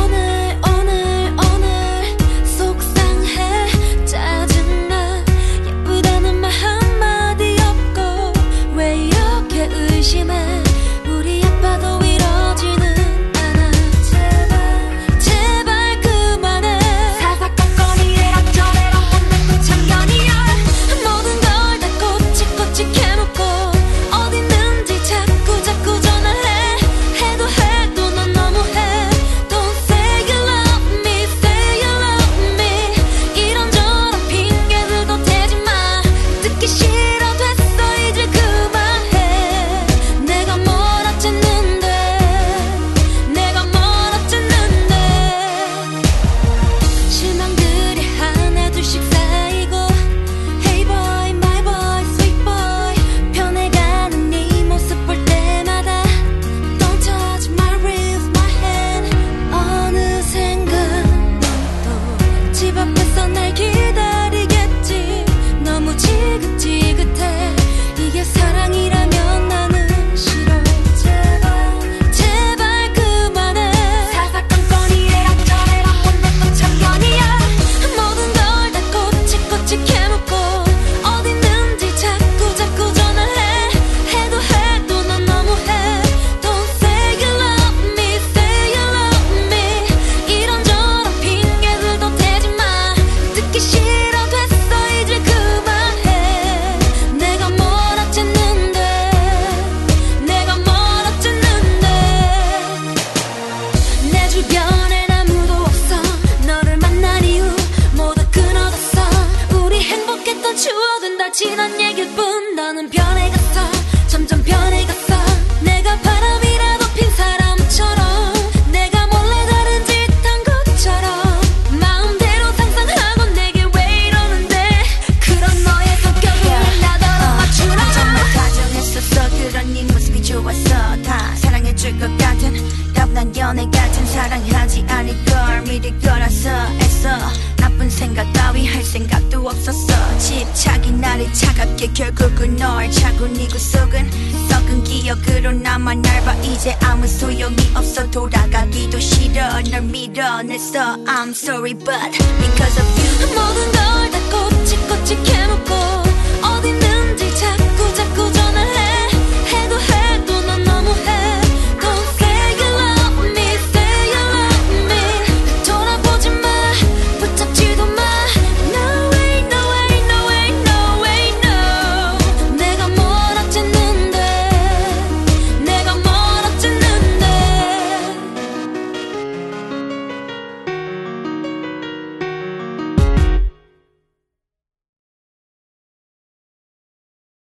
F: 오늘 오늘 오늘 속상해 짜증나 예쁘다는 말 한마디 없고 왜 이렇게 의심해 우리 아빠도 이러지는 않아 제발 제발 그만해 사사건건이 이락저락 웃는 그 참견이야 모든 걸 다 꼬치꼬치 캐묻고 어디 있는지 자꾸 자꾸 전화해 해도 해도 넌 너무해 Don't say you love me say you love me 이런저런 핑계 들고 대지마 듣기 싫어 됐어 이제 그만해 내가 뭘 어쨌는데 내가 뭘 어쨌는데 실망들이 하나 둘씩 쌓이고 Hey boy, my boy, sweet boy 변해가는 네 모습 볼 때마다 Don't touch my wrist, my hand 어느샌가 넌또 집 앞에서 날 기다리겠지 너무 지긋지긋해 이게 사랑이라면 나는 싫어 제발 제발 그만해 사사건건이 애락저애락 못났던 참견이야 모든 걸 다 꼬치꼬치 캐묻고 어디 있는지 자꾸 자꾸 전화해 해도 해도 넌 너무해 Don't say you love me say you love me 이런저런 핑계들도 대지마 듣기 싫어 됐어 이제 그만해 내가 뭘 어쨌는데 내가 뭘 어쨌는데 내 주변엔 아무도 없어 너를 만난 이후 모두 끊어졌어 우리 행복했던 추억은 다 지난 얘길 뿐 너는 변해갔어 점점 변해갔어 내가 바람이라도 핀 사람처럼 내가 몰래 다른 짓 한 것처럼 마음대로 상상하고 내게 왜 이러는데 그런 너의 성격을 나더러 맞추라
K: 어, 가정했었어 그런 네 모습이 좋았어 다 사랑해줄 것 같은 답난 연애 같은 사랑하지 않을 걸 믿을 거라서 애써 나쁜 생각 따위 할 생각도 없었어 집착이 나를 차갑게 결국은 널 차고 네 구속은 썩은 기억으로 남아 날봐 이제 아무 소용이 없어 돌아가기도 싫어 널 밀어냈어 I'm sorry but because of you
F: 모든 걸 다 꼬치꼬치 캐묻고